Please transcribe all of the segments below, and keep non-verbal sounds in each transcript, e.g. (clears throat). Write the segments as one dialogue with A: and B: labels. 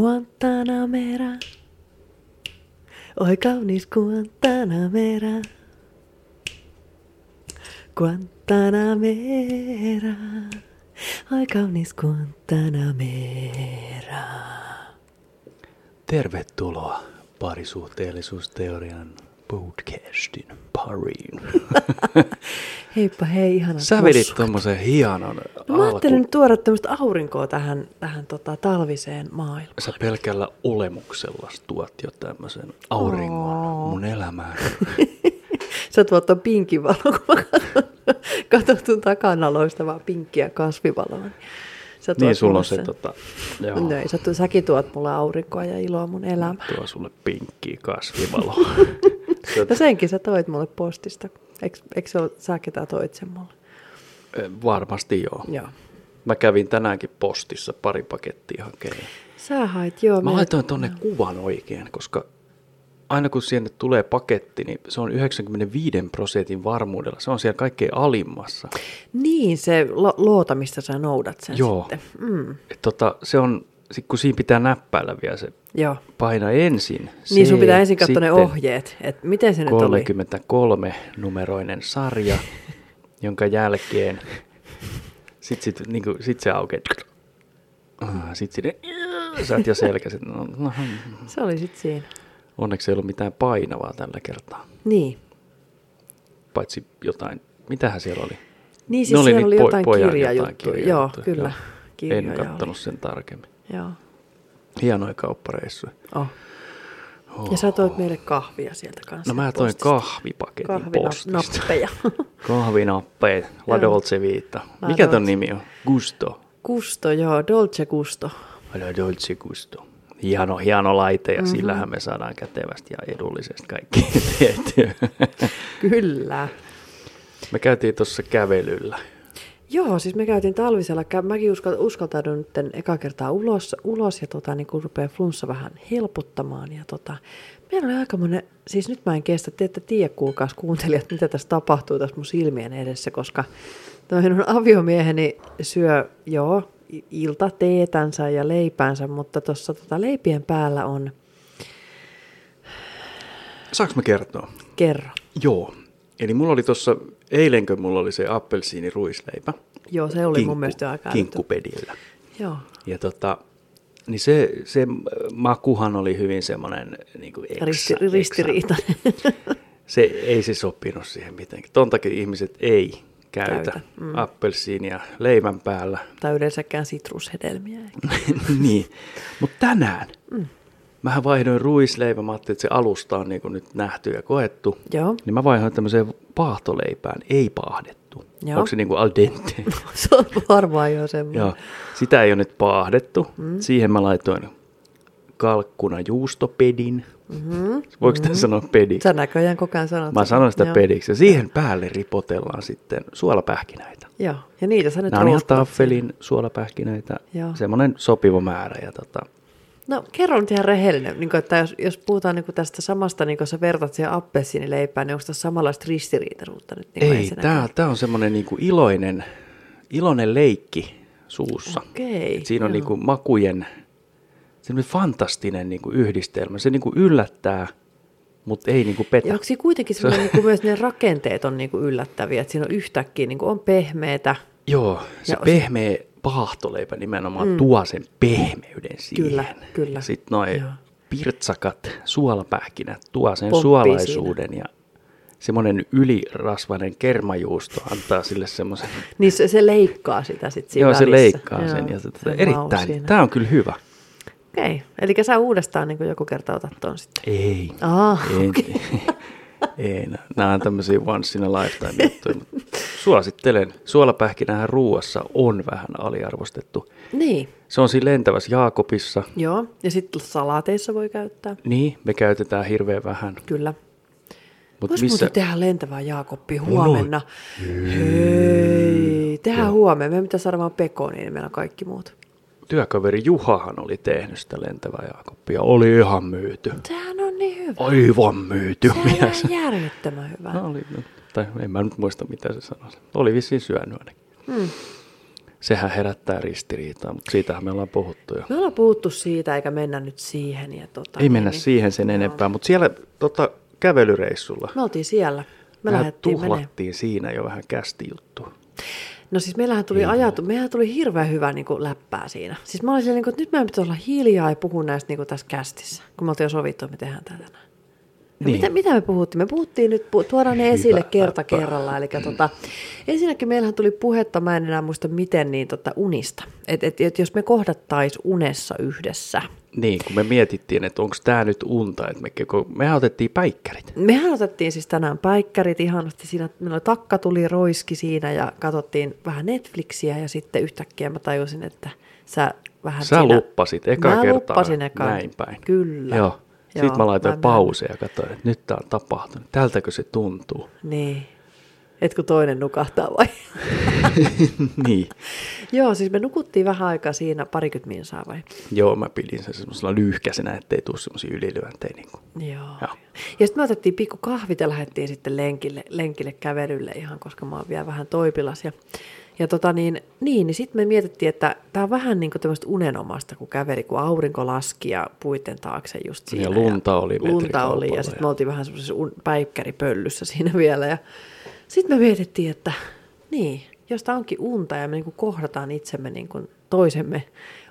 A: Guantanamera. Oi kaunis Guantanamera. Guantanamera. Oi kaunis Guantanamera.
B: Tervetuloa parisuhteellisuusteorian podcastin pariin.
A: Heippa hei, ihana
B: Sä vedit tommosen hienon
A: No mä ajattelin
B: alku.
A: nyt tuoda tämmöistä aurinkoa tähän, tähän tota, talviseen maailmaan.
B: Sä pelkällä olemuksella tuot jo tämmöisen auringon mun elämään.
A: Sä tuot ton pinkin valon, kun mä katson, katson tun takanaloista vaan pinkkiä kasvivaloa. niin Sä tuot
B: niin sulla on
A: mulle
B: se
A: sen.
B: tota, joo,
A: No ei, sä, tu- säkin tuot mulle aurinkoa ja iloa mun elämään.
B: tuo sulle pinkkiä kasvivalo.
A: (laughs) No senkin sä toit mulle postista. Eikö, eikö se ole, sä ketään toit sen mulle?
B: eh, Varmasti joo.
A: Joo.
B: Mä kävin tänäänkin postissa pari pakettia hakemaan.
A: Sä hait, joo.
B: Mä
A: meidän-
B: laitoin tonne kuvan oikein, koska aina kun sinne tulee paketti, niin se on 95 prosentin varmuudella. Se on siellä kaikkein alimmassa.
A: Niin, se lo- loota, mistä sä noudat sen
B: Joo.
A: sitten. Mm,
B: Et tota, se on, sit kun siinä pitää näppäillä vielä se,
A: joo.
B: paina ensin.
A: Se, niin sun
B: C,
A: pitää ensin katsoa ne
B: sitten
A: ohjeet, että miten se nyt oli.
B: 33 numeroinen
A: (laughs)
B: sarja, jonka jälkeen sit, sit, niin kuin, sit se aukeaa. Sitten sinne saat ja selkäsit. No, no,
A: Se oli sit siinä.
B: onneksi ei ollut mitään painavaa tällä kertaa.
A: Niin.
B: paitsi jotain, mitähän siellä oli?
A: Niin
B: Ne
A: siis siellä
B: niitä
A: oli
B: po-
A: jotain
B: pojan
A: kirjajuttuja. Joo,
B: kirjajuttuja,
A: kyllä.
B: joo.
A: Kirjoja
B: En kattonut sen tarkemmin.
A: Oli. Joo.
B: Hienoja kauppareissuja.
A: Oh. Ja sä toit meille kahvia sieltä kanssa.
B: No mä toin
A: postista.
B: kahvipaketin
A: Kahvina-
B: postista.
A: nappeja. (laughs)
B: Kahvinappeja. La Dolce Vita.
A: La
B: Mikä ton
A: Dolce.
B: nimi on? Gusto.
A: Gusto, joo, Dolce Gusto.
B: La Dolce Gusto. Hieno, hieno laite
A: Mhm.
B: ja mm-hmm. sillähän me saadaan kätevästi ja edullisesti kaikki (laughs) tehtyä.
A: Kyllä.
B: me käytiin tuossa kävelyllä.
A: Joo, siis me käytiin talvisella, kä- mäkin uskal, uskaltaudun nyt eka kertaa ulos, ulos ja tota, niin kun rupeaa flunssa vähän helpottamaan. Ja tota, meillä oli aika monen, siis nyt mä en kestä, te ette tiedä kuulkaas kuuntelijat, mitä tässä tapahtuu tässä mun silmien edessä, koska toi minun aviomieheni syö, joo, i- ilta teetänsä ja leipäänsä, mutta tuossa tota, leipien päällä on
B: Saanko mä kertoa?
A: kerran.
B: Joo. Eli mulla oli tuossa, eilenkö mulla oli se appelsiiniruisleipä.
A: Joo, se oli mun mielestä jo aika älytön.
B: Kinkkupedillä.
A: Joo,
B: Ja tota, niin se, se makuhan oli hyvin semmoinen niin kuin eksa,
A: Risti,
B: eksa.
A: ristiriita. (laughs)
B: Se ei se sopinut siihen mitenkään. Ton takia ihmiset ei käytä,
A: Käytä,
B: käytä. Mm. appelsiinia leivän päällä. (laughs)
A: tai yleensäkään sitrushedelmiä. eikä.
B: niin. Mutta tänään mm. mähän vaihdoin ruisleivä. Mä ajattelin, että se alusta on niin kuin nyt nähty ja koettu.
A: Joo.
B: Niin mä vaihdoin tämmöiseen paahtoleipään, ei paahdettu.
A: Joo.
B: Onko se niin kuin al
A: (laughs)
B: dente?
A: se on varmaan jo semmoinen.
B: Joo. Sitä ei ole nyt paahdettu. Mm. Siihen mä laitoin kalkkuna juustopedin. Mm-hmm. Voiko mm-hmm. sanoa pediksi?
A: Sä näköjään koko ajan sanot.
B: Mä
A: sen.
B: sanon sitä
A: Joo.
B: pediksi. Ja siihen päälle ripotellaan sitten suolapähkinöitä.
A: Joo, ja niitä sä nyt
B: Nämä on ihan
A: rouskutat siinä.
B: taffelin suolapähkinöitä.
A: Joo.
B: Semmoinen sopiva määrä. Ja tota,
A: No kerro nyt ihan rehellinen, niin kuin, että jos, jos puhutaan niin kuin tästä samasta, niin kuin sä vertat siihen appelsiinileipään, niin onko tässä samanlaista ristiriitaruutta nyt? Niin
B: ei, tämä, tämä on semmoinen niinku iloinen, iloinen leikki suussa.
A: Okei,
B: Et siinä on niinku makujen semmoinen fantastinen niinku yhdistelmä. Se niinku yllättää, mutta ei niinku petä.
A: Ja onko siinä kuitenkin semmoinen, niin kuin myös ne rakenteet on niin kuin yllättäviä, että siinä on yhtäkkiä niin kuin on pehmeetä,
B: Joo, se
A: Ja
B: ja
A: os-
B: pehmeä paahtoleipä nimenomaan mm. tuo sen pehmeyden siihen.
A: Kyllä, kyllä.
B: Sitten noin
A: Joo.
B: pirtsakat, suolapähkinät tuo sen
A: Pomppii
B: suolaisuuden ja semmoinen ylirasvainen kermajuusto antaa sille semmoisen...
A: niin se, se leikkaa sitä sitten siinä
B: Joo, se
A: välissä.
B: leikkaa sen. Ja se,
A: se
B: tota,
A: maku
B: erittäin,
A: siinä.
B: tämä on kyllä hyvä.
A: Okei, eli sä uudestaan niin kuin joku kerta otat ton sitten.
B: Ei.
A: Ah,
B: ei, okay. (laughs) ei, nämä on tämmöisiä once in a lifetime juttuja. mutta Suosittelen. Suolapähkinähän ruuassa on vähän aliarvostettu.
A: Niin,
B: Se on siinä lentävässä Jaakobissa.
A: joo. Ja sitten salaateissa voi käyttää,
B: Niin, me käytetään hirveän vähän.
A: kyllä.
B: Mutta
A: Vois
B: missä...
A: muuten tehdä lentävää Jaakoppi huomenna. Hei, tehdään huomenna. Meidän pitää saada vaan pekoon, niin meillä on kaikki muut.
B: Työkaveri Juhahan oli tehnyt sitä lentävää Jaakoppia. Oli ihan myyty.
A: Sehän on niin hyvä.
B: Aivan myyty
A: Sehän on
B: mies.
A: ihan järjettömän hyvä. Mm.
B: No, oli, no, tai en mä nyt muista mitä se sanoi. Oli vissiin syönyt ainakin. sehän herättää ristiriitaa, mutta siitähän me ollaan puhuttu jo.
A: Me ollaan puhuttu siitä, eikä mennä nyt siihen. Ja tota,
B: Ei mennä
A: niin,
B: siihen sen enempää, mutta siellä tota, kävelyreissulla
A: Me oltiin siellä. No, Me
B: vähän
A: lähdettiin menemään.
B: tuhlattiin siinä jo vähän kästi juttu.
A: No siis meillähän tuli ajatu, meillähän tuli hirveän hyvä niin kuin, läppää siinä. Siis mä olin siellä, niin kuin, että nyt mä pitäisi olla hiljaa ja puhua näistä niin kuin, tässä kästissä, kun me oltiin jo sovittu, että me tehdään tätä tänään. No
B: Niin.
A: Mitä, mitä me puhuttiin? Me puhuttiin nyt, pu- tuodaan ne esille kerta
B: läppä.
A: kerrallaan. Eli tota, ensinnäkin meillähän tuli puhetta, mä en enää muista miten, niin tota, unista. Että et, et, jos me kohdattaisiin unessa yhdessä.
B: Niin, kun me mietittiin, että onko tämä nyt unta, että me, kun mehän otettiin päikkärit.
A: Mehän otettiin siis tänään päikkärit ihanasti siinä, meillä oli takka tuli roiski siinä ja katsottiin vähän Netflixiä ja sitten yhtäkkiä mä tajusin, että sä vähän
B: Sä
A: siinä...
B: luppasit eka
A: mä
B: kertaa
A: luppasin eka.
B: näin päin.
A: Kyllä.
B: Joo. Sitten mä laitoin
A: näin.
B: pausea ja katsoin, että nyt tämä on tapahtunut. Tältäkö se tuntuu? (laughs)
A: Niin. Et kun toinen nukahtaa vai? (laughs)
B: niin.
A: Joo, siis me nukuttiin vähän aikaa siinä parikymmentä minsaa vai?
B: Joo, mä pidin sen semmoisella lyhkäisenä, ettei tule semmoisia ylilyöntejä. Niin kuin.
A: Joo.
B: Joo.
A: Ja sitten me otettiin pikku kahvit ja lähdettiin sitten lenkille, lenkille kävelylle ihan, koska mä oon vielä vähän toipilas. Ja, ja tota niin, niin, niin sitten me mietittiin, että tämä on vähän niin kuin tämmöistä unenomasta, kun käveli, kun aurinko laski ja puiden taakse just
B: Niin,
A: siinä.
B: ja lunta oli
A: Lunta
B: metrikaupalla
A: oli ja sitten me
B: ja-
A: oltiin vähän semmoisessa un- päikkäripöllyssä siinä vielä. Ja sitten me mietittiin, että niin, jos tämä onkin unta ja me niinku kohdataan itsemme niinku toisemme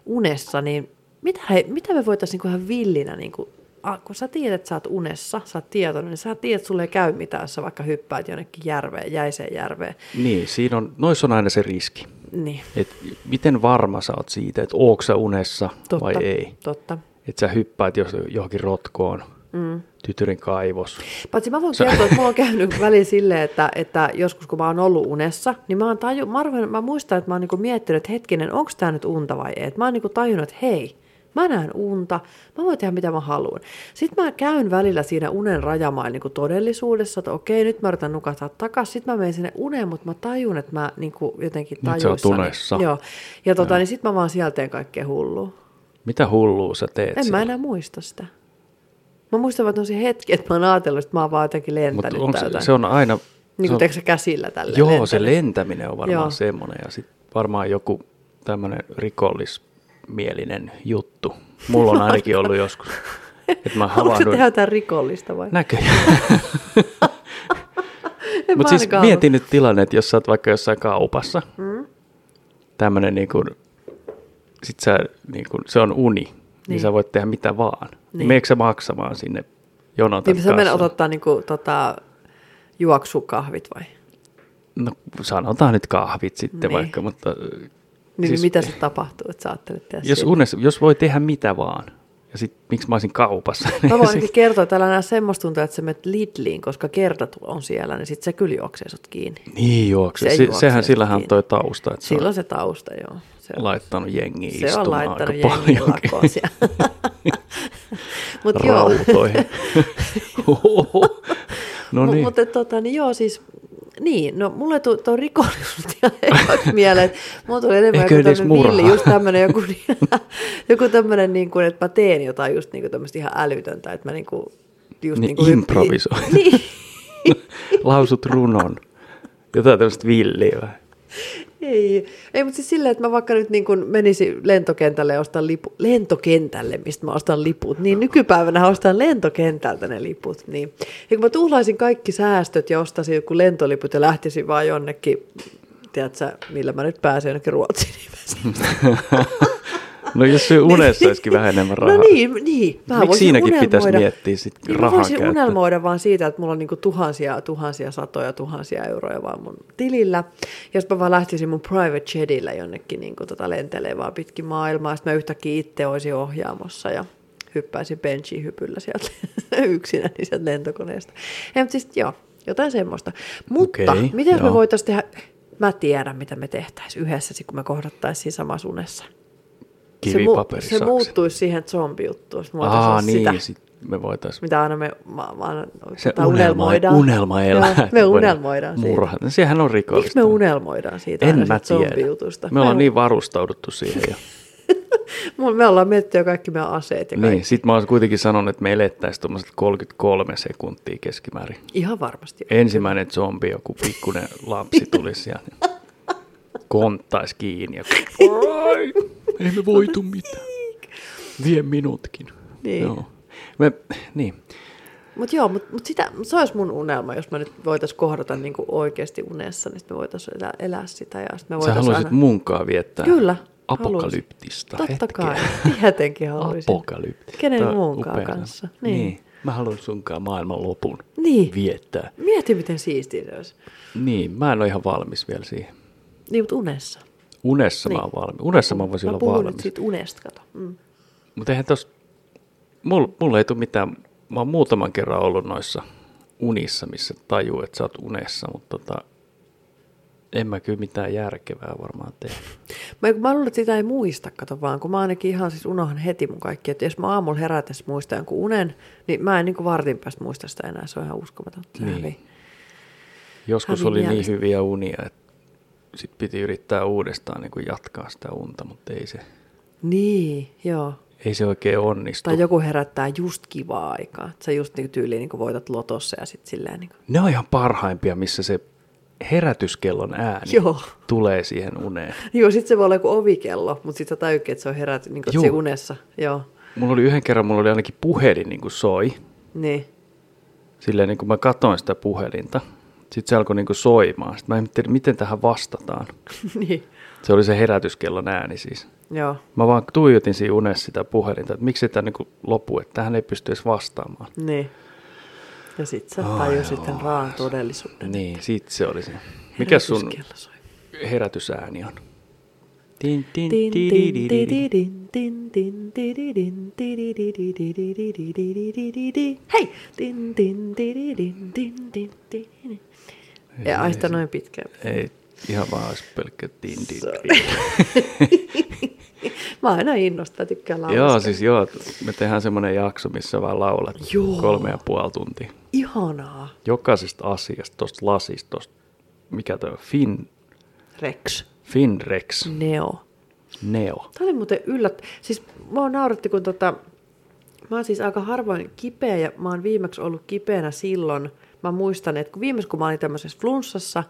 A: unessa, niin mitä, he, mitä me voitaisiin niinku ihan villinä, niinku, a- kun sä tiedät, että sä oot unessa, sä oot tietoinen, niin sä tiedät, että sulle ei käy mitään, jos sä vaikka hyppäät jonnekin järveen, jäiseen järveen.
B: Niin, siinä on, noissa on aina se riski.
A: Niin,
B: Et miten varma sä oot siitä, että ootko sä unessa
A: totta.
B: vai ei.
A: Totta.
B: Että sä hyppäät jos, johonkin rotkoon, mm. tytyrin kaivos.
A: Paitsi mä voin kertoa, että mulla on käynyt väliin silleen, että, että joskus kun mä oon ollut unessa, niin mä, oon taju, mä, arvoin, mä muistan, että mä oon niinku miettinyt, että hetkinen, onko tämä nyt unta vai ei. Et mä oon niinku tajunnut, että hei, mä näen unta, mä voin tehdä mitä mä haluan. Sitten mä käyn välillä siinä unen rajamailla niinku todellisuudessa, että okei, nyt mä yritän nukahtaa takaisin. Sitten mä menen sinne uneen, mutta mä tajun, että mä niinku jotenkin
B: sä oot
A: tajuissani.
B: unessa.
A: Joo. Ja tota, niin sitten mä vaan sieltä teen kaikkea hullua.
B: Mitä hullua sä teet
A: En mä
B: siellä?
A: enää muista sitä. Mä muistan vaan tosi hetki, että mä oon ajatellut, että mä oon vaan jotenkin
B: Mutta
A: lentänyt
B: onko
A: täältä.
B: se, se on aina...
A: Niin
B: se
A: kuin
B: on,
A: teekö se käsillä tällä
B: joo, se lentäminen on varmaan
A: Joo.
B: joo. semmoinen. Ja sitten varmaan joku tämmöinen rikollismielinen juttu. Mulla on ainakin ollut joskus. Että
A: (laughs)
B: mä
A: Onko se
B: havahduin...
A: tehdä jotain rikollista vai?
B: Näköjään.
A: En mä
B: Mutta siis
A: ainakaan
B: mieti nyt tilanne, että jos sä oot vaikka jossain kaupassa, mm. tämmönen niin kuin, sit sä, niin kuin, se on uni, niin. niin sä voit tehdä mitä vaan.
A: Niin.
B: Niin. Meneekö sä maksamaan sinne jonon
A: Niin sä
B: tai
A: menet
B: kassalle?
A: otottaa niinku, tota, juoksukahvit vai?
B: No sanotaan nyt kahvit sitten
A: Niin.
B: niin. vaikka, mutta
A: Niin siis,
B: Siis-
A: mitä se tapahtuu, että sä ajattelet tehdä
B: jos,
A: sillä?
B: unessa, jos voi tehdä mitä vaan, ja sit miksi mä olisin kaupassa?
A: Mä
B: (laughs)
A: voin
B: Niin
A: ainakin kertoa, että älä näe semmoista tuntua, että sä menet Lidliin, koska kerta tu- on siellä, niin sit se kyllä juoksee sut kiinni.
B: niin
A: Se
B: juokse. Se, se,
A: juoksee
B: sehän sillähän on
A: kiinni.
B: toi tausta, että
A: Silloin se tausta, joo. Se on.
B: laittanut jengiä
A: Se on
B: istumaan
A: laittanut
B: aika
A: jengi
B: paljon.
A: lakoon siellä.
B: (laughs)
A: Mut joo. (laughs)
B: rautoihin. Ohoho. no
A: Mu-
B: niin,
A: Mutta tota, niin joo, siis niin, no mulle tu- tuo rikollisuus (laughs) ihan ekaksi mieleen. Mulla tuli enemmän
B: Eikö
A: joku
B: edes
A: tämmöinen villi,
B: murhaa?
A: just tämmöinen joku, (laughs) niin, joku tämmöinen, niin kuin, että mä teen jotain just niin kuin tämmöistä ihan älytöntä, että mä niin kuin, just
B: Niin
A: niin, kuin
B: improvisoi. (laughs)
A: Niin,
B: lausut runon. Jotain tämmöistä villiä vähän.
A: ei, ei mutta siis silleen, että mä vaikka nyt niin kuin menisin lentokentälle ja ostan lipu, lentokentälle, mistä mä ostan liput, niin nykypäivänä ostan lentokentältä ne liput. Niin. Ja kun mä tuhlaisin kaikki säästöt ja ostaisin joku lentoliput ja lähtisin vaan jonnekin, tiedätkö, millä mä nyt pääsen jonnekin Ruotsiin, niin mä sen-
B: No
A: (laughs)
B: jos se unessa olisikin vähän enemmän rahaa.
A: Niin. No niin, niin.
B: Miksi
A: voisin
B: siinäkin pitäisi
A: unelmoida-
B: miettiä sit
A: niin, mä
B: rahan
A: voisin
B: käyttöä?
A: unelmoida vaan siitä, että mulla on niinku tuhansia, tuhansia, satoja, tuhansia euroja vaan mun tilillä. Ja jos mä vaan lähtisin mun private jetillä jonnekin niinku tota lentelee vaan pitkin maailmaa, sitten mä yhtäkkiä itse olisin ohjaamossa ja hyppäisin benji-hypyllä sieltä (laughs) yksinä niin sieltä lentokoneesta. Ei, mutta siis joo, jotain semmoista. Mutta okay,
B: Okei,
A: miten me
B: joo.
A: voitaisiin tehdä, mä tiedän mitä me tehtäisiin yhdessä, sit kun me kohdattaisiin samassa unessa.
B: Kivi,
A: se,
B: paperi,
A: se
B: saksi.
A: muuttuisi siihen zombijuttuun, jos me
B: Aa,
A: niin,
B: niin,
A: sitä,
B: sit me voitaisiin.
A: mitä aina me ma, ma,
B: Se
A: tai
B: unelma, unelma elää.
A: Joo,
B: (laughs)
A: me unelmoidaan siitä.
B: Murha. No, sehän on
A: Miksi
B: rikollista.
A: me unelmoidaan siitä
B: En
A: aina
B: mä
A: siitä
B: tiedä.
A: zombijutusta?
B: Me ollaan
A: Mä en-
B: niin varustauduttu siihen
A: (laughs)
B: jo.
A: Mu- Me ollaan mietitty jo kaikki meidän aseet ja kaikki.
B: niin, sit mä oon kuitenkin sanonut, että me elettäisiin tuommoiset 33 sekuntia keskimäärin.
A: Ihan varmasti.
B: Ensimmäinen zombi, joku pikkuinen lapsi tulisi ja konttaisi kiinni. Ja, Ai, ei me voitu mitään. Vie minutkin.
A: Niin.
B: Joo. Me, niin.
A: Mutta joo, mutta mut sitä, mut se olisi mun unelma, jos me nyt voitaisiin kohdata niinku oikeasti unessa, niin sit me voitaisiin elää, elää sitä. Ja sit me
B: Sä
A: voitais
B: haluaisit
A: aina...
B: munkaa viettää
A: Kyllä,
B: apokalyptista
A: Totta
B: hetkeä.
A: kai, (laughs) tietenkin haluaisin.
B: Apokalypti.
A: Kenen
B: Tää on
A: muunkaan
B: upeaa.
A: kanssa. Niin.
B: niin. Mä haluan sunkaan maailman lopun
A: Niin.
B: viettää.
A: Mieti, miten siistiä se olisi.
B: Niin, mä en ole ihan valmis vielä siihen.
A: Niin, mutta unessa.
B: Unessa
A: Niin.
B: mä oon valmis. Unessa mä voisin
A: Mä
B: olla
A: puhun nyt
B: valmis.
A: siitä unesta, kato. Mm.
B: Mutta eihän tos, mulla, mulla ei tule mitään, mä oon muutaman kerran ollut noissa unissa, missä tajuu, että sä oot unessa, mutta tota, en mä kyllä mitään järkevää varmaan tee.
A: Mä, mä luulen, että sitä ei muista, kato vaan, kun mä ainakin ihan siis unohan heti mun kaikki. Että jos mä aamulla herätessä muistan jonkun unen, niin mä en niin vartin päästä muista sitä enää. Se on ihan uskomaton. Se
B: Niin.
A: hävii.
B: Joskus
A: Hävin
B: oli niin
A: mielestä.
B: hyviä unia, että sit piti yrittää uudestaan niin kuin jatkaa sitä unta, mutta ei se,
A: Niin, joo.
B: ei se oikein onnistu.
A: Tai joku herättää just kivaa aikaa. Että sä just niin tyyliin niin voitat lotossa ja sit silleen niin kuin,
B: Ne on ihan parhaimpia, missä se herätyskellon ääni
A: Joo.
B: tulee siihen uneen.
A: (laughs) Joo, sit se voi olla joku ovikello, mutta sit sä tajukin, että se on herätty niin kuin,
B: Juu.
A: se unessa. Joo,
B: Mulla oli yhden kerran, mulla oli ainakin puhelin niin kuin soi.
A: niin. (laughs)
B: Silleen niin kuin mä katoin sitä puhelinta. Sitten se alkoi niin kuin soimaan. Sitten mä en tiedä, miten tähän vastataan.
A: niin.
B: Se oli se herätyskellon ääni siis.
A: Joo.
B: Mä vaan tuijotin siinä unessa sitä puhelinta, että miksi tämä niin lopu, että tähän ei pysty edes vastaamaan.
A: Niin. Ja sit sä
B: Ai
A: tajus sitten
B: joo.
A: raan todellisuuden.
B: Niin, sit se oli se. Mikä sun
A: Herätyskello soi.
B: herätysääni on? Tin, tin,
A: Tin, tin,
B: tididididi.
A: tididin, tin, tin, tididin, tididididididididididi. Hei! Tin, tin, tididin, tin, tin, tididin.
B: Ei,
A: Ei aista noin pitkään.
B: Ei, ihan vaan olisi pelkkä tin, tin,
A: Sorry.
B: tin.
A: Mä aina innostan, tykkään laulaa.
B: Joo, siis joo, me tehdään semmoinen jakso, missä vaan laulat
A: Joo.
B: kolme ja puoli tuntia.
A: Ihanaa.
B: Jokaisesta asiasta, tuosta lasista, tosta, mikä toi on, fin,
A: Rex.
B: Finrex,
A: Mm. Neo.
B: Neo.
A: Tämä oli muuten yllät... Siis mua nauratti, kun tota... Mä oon siis aika harvoin kipeä ja mä oon viimeksi ollut kipeänä silloin. Mä muistan, että kun viimeksi kun mä olin tämmöisessä flunssassa,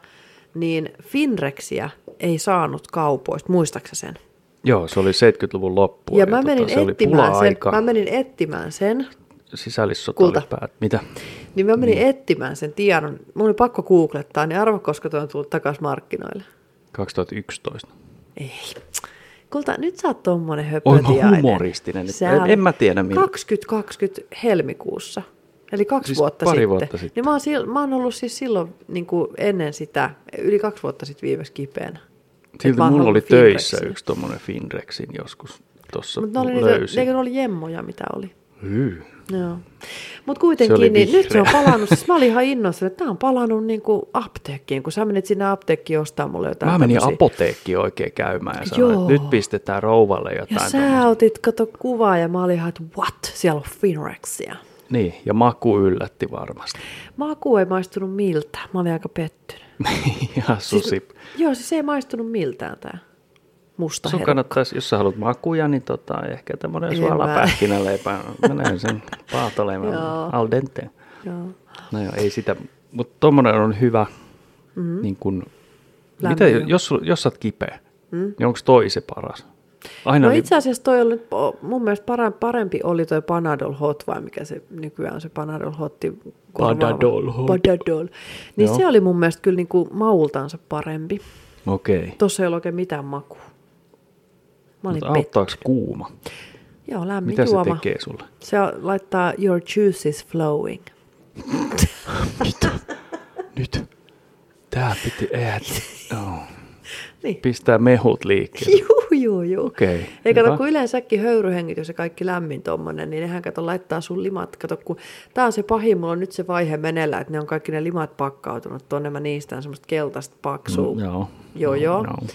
A: niin Finrexiä ei saanut kaupoista, muistaaksä sen?
B: Joo, se oli 70-luvun loppu.
A: ja mä menin,
B: tota, se oli
A: etsimään sen,
B: pula-aika.
A: mä menin etsimään sen,
B: Sisällissota
A: Kulta.
B: oli päät. Mitä?
A: niin mä menin
B: Mm.
A: etsimään sen tiedon. Mun oli pakko googlettaa, niin arvo, koska toi on tullut takaisin markkinoille.
B: 2011.
A: Ei. Kulta, nyt sä oot tommonen
B: Oon mä
A: höpötiainen.
B: humoristinen nyt.
A: Sä
B: En-
A: olet
B: en mä tiedä milloin.
A: 2020 helmikuussa. Eli kaksi
B: Siis
A: vuotta
B: pari
A: sitten.
B: vuotta sitten.
A: Niin mä, oon, sil- mä oon ollut siis silloin niin kuin ennen sitä, yli kaksi vuotta sitten viimeksi kipeänä. Et
B: Silti
A: mä oon
B: mulla oli
A: halunnut
B: töissä
A: Finrexin.
B: yksi tommonen Finrexin joskus. Tuossa
A: Mutta ne oli, niitä,
B: löysin.
A: ne, ne oli jemmoja, mitä oli.
B: Hyy.
A: Joo. Mutta kuitenkin, niin nyt se on
B: (laughs)
A: palannut. Siis mä olin ihan innoissa, että tämä on palannut niin kuin apteekkiin, kun sä menit sinne apteekkiin ostamaan mulle jotain.
B: Mä menin
A: tämmösiä.
B: apoteekkiin oikein käymään ja sanoin,
A: Joo.
B: että nyt pistetään rouvalle
A: Ja
B: jotain.
A: sä
B: tommosta.
A: otit, kato kuvaa, ja mä olin ihan, että what? Siellä on Finrexia.
B: Niin, ja maku yllätti varmasti. (laughs)
A: Maku ei maistunut miltä. Mä olin aika pettynyt.
B: Ihan susi.
A: Joo, siis ei maistunut miltään tämä musta
B: Sun
A: herkku.
B: kannattaisi, jos sä haluat makuja, niin tota, ehkä tämmöinen
A: En
B: suolapähkinäleipä. Mä
A: (laughs)
B: näen sen paatoleivän
A: Joo.
B: al dente.
A: Joo.
B: No joo, ei sitä. Mutta tommonen on hyvä. Mm-hmm. Niin kun, mitä,
A: Lämmin.
B: jos, sul- jos sä oot kipeä, mm-hmm. niin onko toi se paras? Aina niin-
A: No
B: oli-
A: itse asiassa toi oli, po- mun mielestä para- parempi oli toi Panadol Hot, vai mikä se nykyään on se Panadol Hotti. korvaava.
B: Panadol Hot.
A: Panadol. Niin
B: Joo.
A: se oli mun mielestä kyllä niinku maultansa parempi.
B: Okei. Okay.
A: Tossa ei ole oikein mitään makua. Mä olin
B: Mutta
A: pet.
B: auttaako kuuma?
A: Joo, lämmin
B: Mitä
A: juoma.
B: se tekee sulle?
A: Se laittaa your juice is flowing.
B: Nyt. Tää piti ehdä.
A: (laughs)
B: No.
A: Niin.
B: Pistää mehut liikkeelle.
A: (laughs) Juu, juu, juu.
B: Okei,
A: Ei
B: hyvä.
A: kato, kun yleensäkin höyryhengitys ja kaikki lämmin tommonen, niin nehän kato laittaa sun limat. Kato, kun tää on se pahin, mulla on nyt se vaihe menellä, että ne on kaikki ne limat pakkautunut tuonne, mä niistään semmoista keltaista paksua.
B: Mm, joo.
A: Joo,
B: Joo,
A: joo.
B: joo.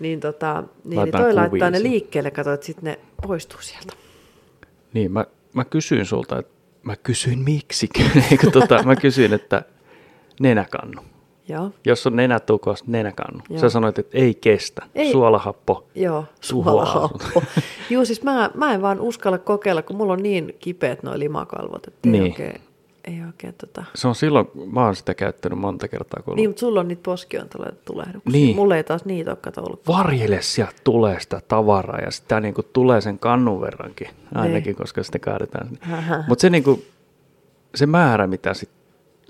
A: Niin, tota, niin, niin
B: Laitetaan
A: toi
B: kuvia
A: laittaa ne
B: sinne.
A: liikkeelle, kato, että sitten ne poistuu sieltä.
B: Niin, mä, mä kysyin sulta, että mä kysyin miksi. (laughs) Eikö tota, mä kysyin, että nenäkannu.
A: Joo.
B: Jos on nenätukos, nenäkannu.
A: Joo.
B: Joo. Sä sanoit, että ei kestä.
A: Ei.
B: Ei. Suolahappo.
A: Joo,
B: Tuhoaa
A: (laughs) suolahappo. Joo, siis mä, mä en vaan uskalla kokeilla, kun mulla on niin kipeät nuo limakalvot, että niin.
B: Niin.
A: oikein, ei oikein tota...
B: Se on silloin, kun mä oon sitä käyttänyt monta kertaa, kun on
A: Niin,
B: niin.
A: mutta sulla on niitä poskiontulehduksiin.
B: Niin.
A: Niin. Mulla ei taas niitä ole kato ollut.
B: varjele sieltä tulee sitä tavaraa ja sitä niin kuin tulee sen kannun verrankin, ainakin
A: Niin.
B: koska sitä kaadetaan. sinne.
A: Ähä.
B: Mutta se, niin kuin, se määrä, mitä sit,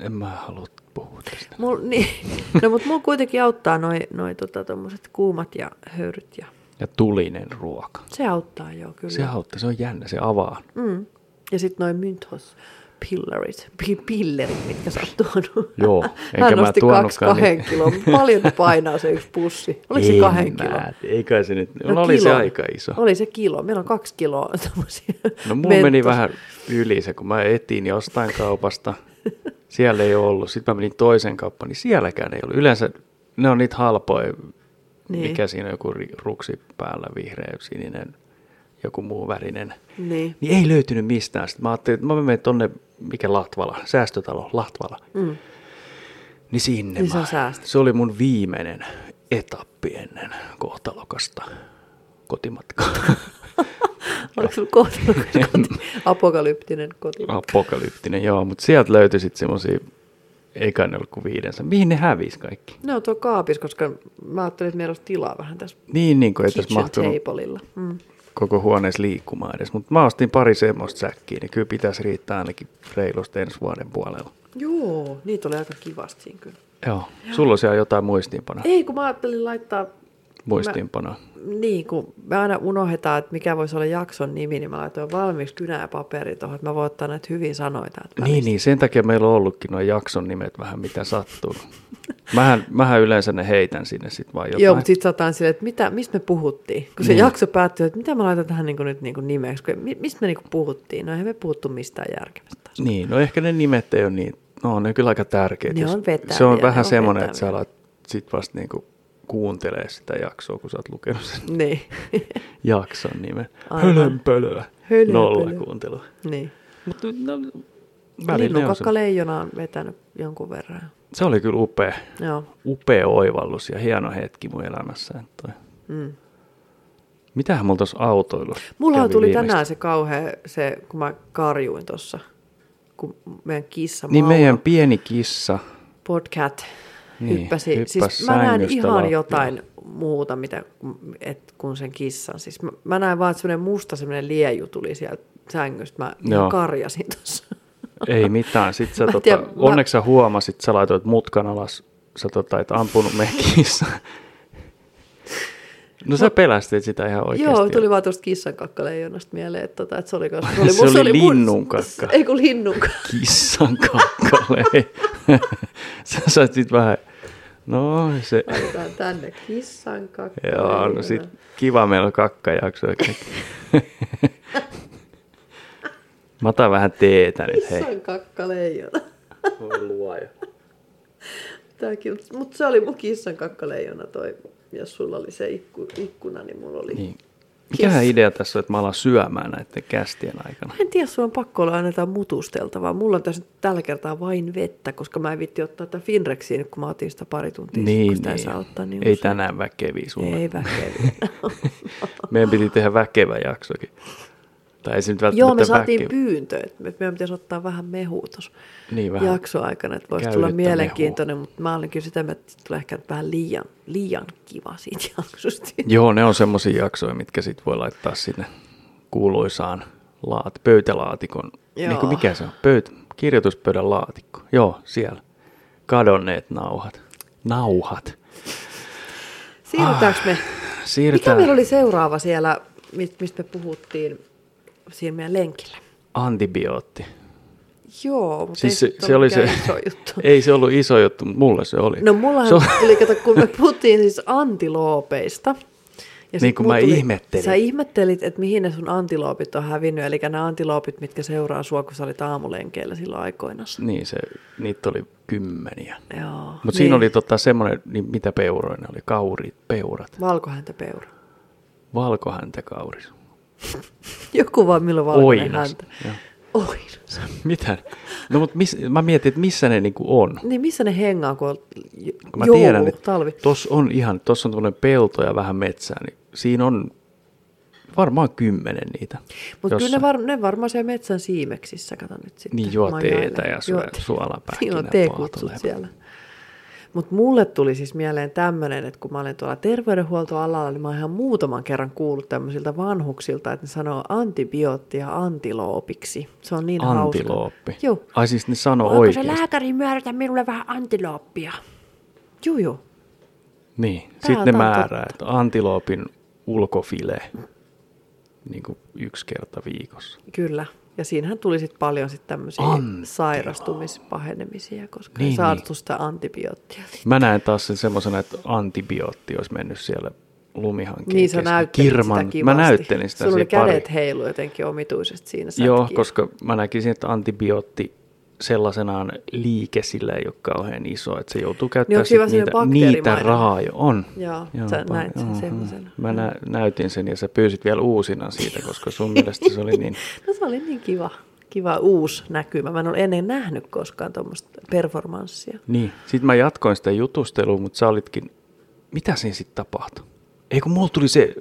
B: en mä halua puhua tästä.
A: Mul, (laughs) niin. No, mutta mulla kuitenkin auttaa noin noi, tota, tommoset kuumat ja höyryt. Ja...
B: Ja tulinen ruoka.
A: Se auttaa joo, kyllä.
B: Se auttaa, se on jännä, se avaa.
A: Mm. Ja sitten noin Mynthos pillerit, pi- pillerit, mitkä sä oot tuonut.
B: Joo,
A: (laughs)
B: enkä
A: Hän
B: mä
A: nosti kaksi
B: tuonutkaan,
A: kahden
B: niin-
A: kilon. Paljon painaa se yksi pussi. Oliko se
B: En
A: kahden
B: mä
A: kilon?
B: tiedä, Ei kai se nyt, no, oli se
A: kilo.
B: aika iso.
A: Oli se kilo. Meillä on kaksi kiloa (laughs) tommosia.
B: No mulla meni
A: Mentos.
B: vähän yli se, kun mä etin jostain kaupasta. Siellä ei ollut. Sitten mä menin toiseen kauppaan, niin sielläkään ei ollut. Yleensä ne on niitä halpoja, niin.
A: Niin.
B: mikä siinä on joku ri- ruksi päällä, vihreä, sininen, joku muu värinen.
A: Niin.
B: Niin ei löytynyt mistään. Sitten mä ajattelin, että mä menen tonne, mikä Latvala, säästötalo, Latvala.
A: Mm.
B: Niin sinne
A: Niin se
B: mä.
A: on säästö.
B: se oli mun viimeinen etappi ennen kohtalokasta kotimatkaa.
A: Oliko sulla koti, koti, apokalyptinen koti?
B: (laughs) apokalyptinen, joo, mutta sieltä löytyi sitten semmoisia, eikä ne ollut kuin viidensä. Mihin ne hävisi kaikki?
A: Ne on tuo kaapis, koska mä ajattelin, että meillä olisi tilaa vähän tässä
B: Niin, niin kuin ei tässä
A: kitchen
B: mahtunut
A: tableilla. Mm.
B: koko huoneessa liikkumaan edes. Mutta mä ostin pari semmoista säkkiä, niin kyllä pitäisi riittää ainakin reilusti ensi vuoden puolella.
A: Joo, niitä oli aika kivasti siinä kyllä.
B: Joo, sulla on siellä jotain muistiinpanoa.
A: Ei, kun mä ajattelin laittaa,
B: Muistiinpanoa.
A: niin kun me aina unohdetaan, että mikä voisi olla jakson nimi, niin mä laitoin valmiiksi kynä ja paperi tuohon, että mä voin ottaa näitä hyvin sanoita. Että
B: Niin, niin, sen takia meillä on ollutkin nuo jakson nimet vähän mitä sattuu. Mähän, mähän yleensä ne heitän sinne sitten vaan jotain. Niin.
A: Joo, mutta sitten sataan silleen, että mitä, mistä me puhuttiin? Kun se jakso päättyy, että mitä mä laitan tähän niinku nyt niinku nimeksi? Kun mi- mistä me niinku puhuttiin? No eihän me puhuttu mistään järkevästä.
B: Niin, no ehkä ne nimet ei ole niin, no ne on kyllä aika tärkeitä.
A: Ne
B: jos-
A: on vetäviä,
B: Se on
A: ne
B: vähän
A: on
B: semmoinen, että sä
A: vetäviä.
B: alat sit vasta niinku kuuntelee sitä jaksoa, kun sä oot lukenut sen
A: Niin.
B: jakson nimen.
A: Aivan.
B: Hölönpölöä.
A: Hölönpölöä.
B: Nolla kuuntelua.
A: (laughs) niin.
B: Mutta no, välillä ne on
A: Linnukakka
B: semmo-
A: leijona on vetänyt jonkun verran.
B: se oli kyllä upea,
A: Joo.
B: upea oivallus ja hieno hetki mun elämässä. että Toi.
A: Mm.
B: Mitähän mulla tuossa autoilussa
A: Mulla
B: kävi
A: tuli
B: viimeistä?
A: tänään se kauhea, se, kun mä karjuin tuossa, kun meidän kissa
B: Niin
A: Mauno,
B: meidän pieni kissa.
A: podcast
B: Niin,
A: niin, hyppäsi.
B: hyppäs
A: siis mä näen
B: sängystä
A: ihan
B: lattialle.
A: jotain muuta mitä, et, kun sen kissan. Siis mä, mä näen vaan, että semmoinen musta semmoinen lieju tuli sieltä sängystä. Mä
B: Joo.
A: ihan karjasin tuossa.
B: Ei mitään. Sitten sä,
A: Mä
B: tota,
A: tiedän,
B: tiedän,
A: mä-
B: onneksi sä huomasit, sä laitoit mutkan alas, sä tota, et ampunut meidän kissaan. No sä pelästyit sitä ihan oikeasti.
A: Joo, tuli vaan tuosta kissan kakkaleijonasta mieleen, että, tota, että se oli, kanssa-
B: Se oli
A: mun-
B: linnun kakka.
A: Ei kun linnun kakka.
B: Kissan kakkaleen. sä sait sit vähän, no se,
A: Laitetaan tänne kissan kakka.
B: joo, no sit kiva meillä on kakkajakso. Mä otan vähän teetä nyt, hei.
A: Kissan kakkaleijona.
B: Voi luoja.
A: Tämäkin, mutta se oli mun kissan kakkaleijona toi. Ja sulla oli se ikku, ikkuna, niin mulla oli.
B: Niin. Mikähän idea tässä on, että mä alan syömään näiden kästien aikana?
A: Mä en tiedä, sulla on pakko olla aina jotain mutusteltavaa. Mulla on tässä nyt tällä kertaa vain vettä, koska mä en vitti ottaa tätä Finrexiä nyt, kun mä otin sitä pari tuntia sitten, kun
B: Niin,
A: sitä
B: niin.
A: ei saa ottaa niin
B: ei
A: usein.
B: tänään väkeviä sulle.
A: Ei väkeä vielä.
B: (laughs) Meidän piti tehdä väkevä jaksokin. Tai ei se nyt välttämättä
A: Joo, me saatiin
B: väkevä.
A: pyyntö, että me- meidän pitäisi ottaa vähän mehua tuossa
B: Niin vähän.
A: jaksoaikana, että voisi
B: Käynyttä
A: tulla mielenkiintoinen, mutta mä olin kyllä sitä, mieltä, että tulee ehkä vähän liian, liian kiva siitä jaksosta.
B: Joo, ne on semmoisia jaksoja, mitkä sit voi laittaa sinne kuuluisaan laat, pöytälaatikon.
A: Joo.
B: Niin kuin mikä se on? Pöyt, kirjoituspöydän laatikko. Joo, siellä. Kadonneet nauhat. Nauhat.
A: Siirrytäänkö me? Mikä
B: Siirrytään
A: meillä oli seuraava siellä, mit- mistä me puhuttiin siinä meidän lenkillä?
B: antibiootti.
A: Joo, mutta
B: Siis
A: ei
B: se,
A: sit ollut
B: se oli se,
A: mikään iso juttu.
B: (laughs) ei se ollut iso juttu, mutta mulle se oli.
A: No
B: se
A: mullahan
B: oli,
A: se... tuli, kato, kun me puhuttiin siis antiloopeista. Ja sit
B: Niin kuin
A: mulla
B: mä ihmettelin.
A: Sä ihmettelit, että mihin ne sun antiloopit on hävinnyt, eli nämä antiloopit, mitkä seuraa sua, kun sä olit aamulenkeillä silloin aikoina.
B: (laughs) niin se, niitä oli kymmeniä.
A: Joo.
B: Mutta niin. siinä oli tota semmoinen, niin mitä peuroja ne oli? Kaurit, peurat,
A: Valkohäntäpeura.
B: valkohäntäkauris,
A: Joku vaan milloin valkoinen
B: oinas.
A: häntä.
B: Joo.
A: Oinas.
B: (laughs) Mitä? No mutta mis, mä mietin, että missä ne niinku on.
A: Niin missä ne hengaa, kun on j-
B: Kun mä
A: joulu,
B: tiedän, että
A: talvi?
B: tossa on ihan, tossa on tuollainen pelto ja vähän metsää, niin siinä on varmaan kymmenen niitä.
A: Mutta kyllä ne,
B: jossain.
A: var, ne varmaan siellä metsän siimeksissä, kato nyt sitten.
B: Niin juo
A: majailee.
B: teetä ja
A: (laughs) Juo
B: su-
A: te-
B: suolapähkinä
A: Joo, teekutsut
B: paahtolee.
A: siellä. Mutta mulle tuli siis mieleen tämmöinen, että kun mä olen tuolla terveydenhuoltoalalla, niin mä oon ihan muutaman kerran kuullut tämmöisiltä vanhuksilta, että ne sanoo antibioottia antiloopiksi. Se on niin
B: Antilooppi.
A: hauska. Joo.
B: Ai siis ne sano
A: Voiko
B: oikein.
A: se lääkäri myörätä minulle vähän antilooppia? Joo, joo.
B: Niin, sitten ne
A: on
B: määrää, että antiloopin ulkofile niin kuin yksi kerta viikossa.
A: Kyllä. Ja siinähän tuli sit paljon sit tämmöisiä
B: Antilo-
A: sairastumispahenemisia, koska
B: Niin,
A: niin,
B: niin.
A: saatu sitä antibioottia.
B: Mä näen taas sen semmoisena, että antibiootti olisi mennyt siellä lumihankkeen
A: Niin sä
B: kesken.
A: näyttelit
B: Kirman.
A: sitä
B: Mä
A: kivasti.
B: näyttelin sitä
A: Sulla oli
B: siinä pari-
A: kädet heilu jotenkin omituisesti siinä
B: Joo,
A: sätkiä.
B: koska mä näkisin, että antibiootti sellaisenaan liike sillä ei ole kauhean iso, että se joutuu käyttämään
A: onko siinä
B: sit niitä,
A: vähän semmoinen
B: niitä
A: bakteerimainen?
B: rahaa jo on.
A: Joo, sä
B: pa-
A: näit sen
B: joo,
A: semmoisena. Mm.
B: Mä nä- näytin sen ja sä pyysit vielä uusinan siitä, koska sun mielestä se oli niin
A: (laughs) No se oli niin kiva, kiva uusi näkymä. Mä en ole ennen nähnyt koskaan tuommoista performanssia.
B: Niin, sitten mä jatkoin sitä jutustelua, mutta sä olitkin, mitä siinä sitten tapahtui? Eikö mulla tuli se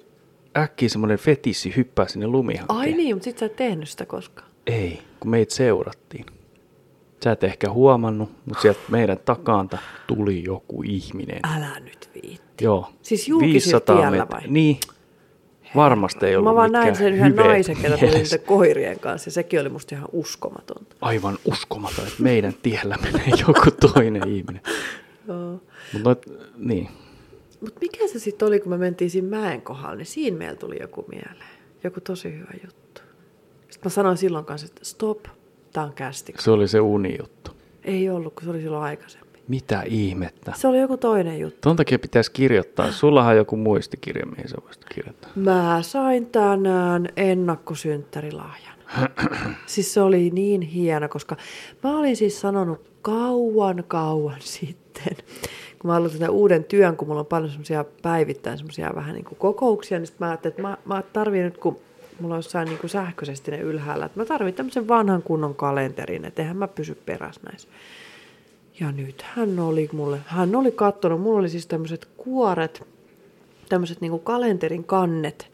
B: äkkiä semmoinen fetissi hyppää sinne lumihankkeen?
A: Ai niin, mutta sit sä et tehnyt sitä koskaan.
B: Ei, kun meitä seurattiin. Sä et ehkä huomannut, mutta sieltä meidän takaanta tuli joku ihminen.
A: Älä nyt viit.
B: Joo.
A: Siis julkisella
B: 500
A: tiellä
B: met-
A: vai?
B: Niin. Varmasti ei ollut
A: Mä vaan
B: mitkään
A: näin sen yhden
B: hyveet
A: naisen, ketä tuli
B: mielessä.
A: niiden koirien kanssa ja sekin oli musta ihan uskomatonta.
B: Aivan uskomaton, että meidän tiellä menee joku toinen ihminen.
A: Joo.
B: Mutta niin,
A: Mutta mikä se sitten oli, kun me mentiin siinä mäen kohdalla, niin siinä meillä tuli joku mieleen. Joku tosi hyvä juttu. Sitten mä sanoin silloin kanssa, että stop, tää on kästi.
B: se oli se unijuttu.
A: Ei ollut, kun se oli silloin aikaisemmin.
B: Mitä ihmettä?
A: Se oli joku toinen juttu.
B: Ton takia pitäisi kirjoittaa. Sullahan on joku muistikirja, mihin sä voisit kirjoittaa.
A: Mä sain tänään ennakkosynttärilahjan. siis se oli niin hieno, koska mä olin siis sanonut kauan kauan (laughs) sitten, kun mä aloitin tämän uuden työn, kun mulla on paljon semmoisia päivittäin semmoisia vähän niin kuin kokouksia, niin sit mä ajattelin, että mä, mä tarvin nyt, kun mulla on jossain niin kuin sähköisesti ne ylhäällä, että mä tarvin tämmöisen vanhan kunnon kalenterin, että eihän mä pysy perässä näissä. Ja nyt hän oli mulle, hän oli kattonut, mulla oli siis tämmöiset kuoret, tämmöiset niinku kalenterin kannet,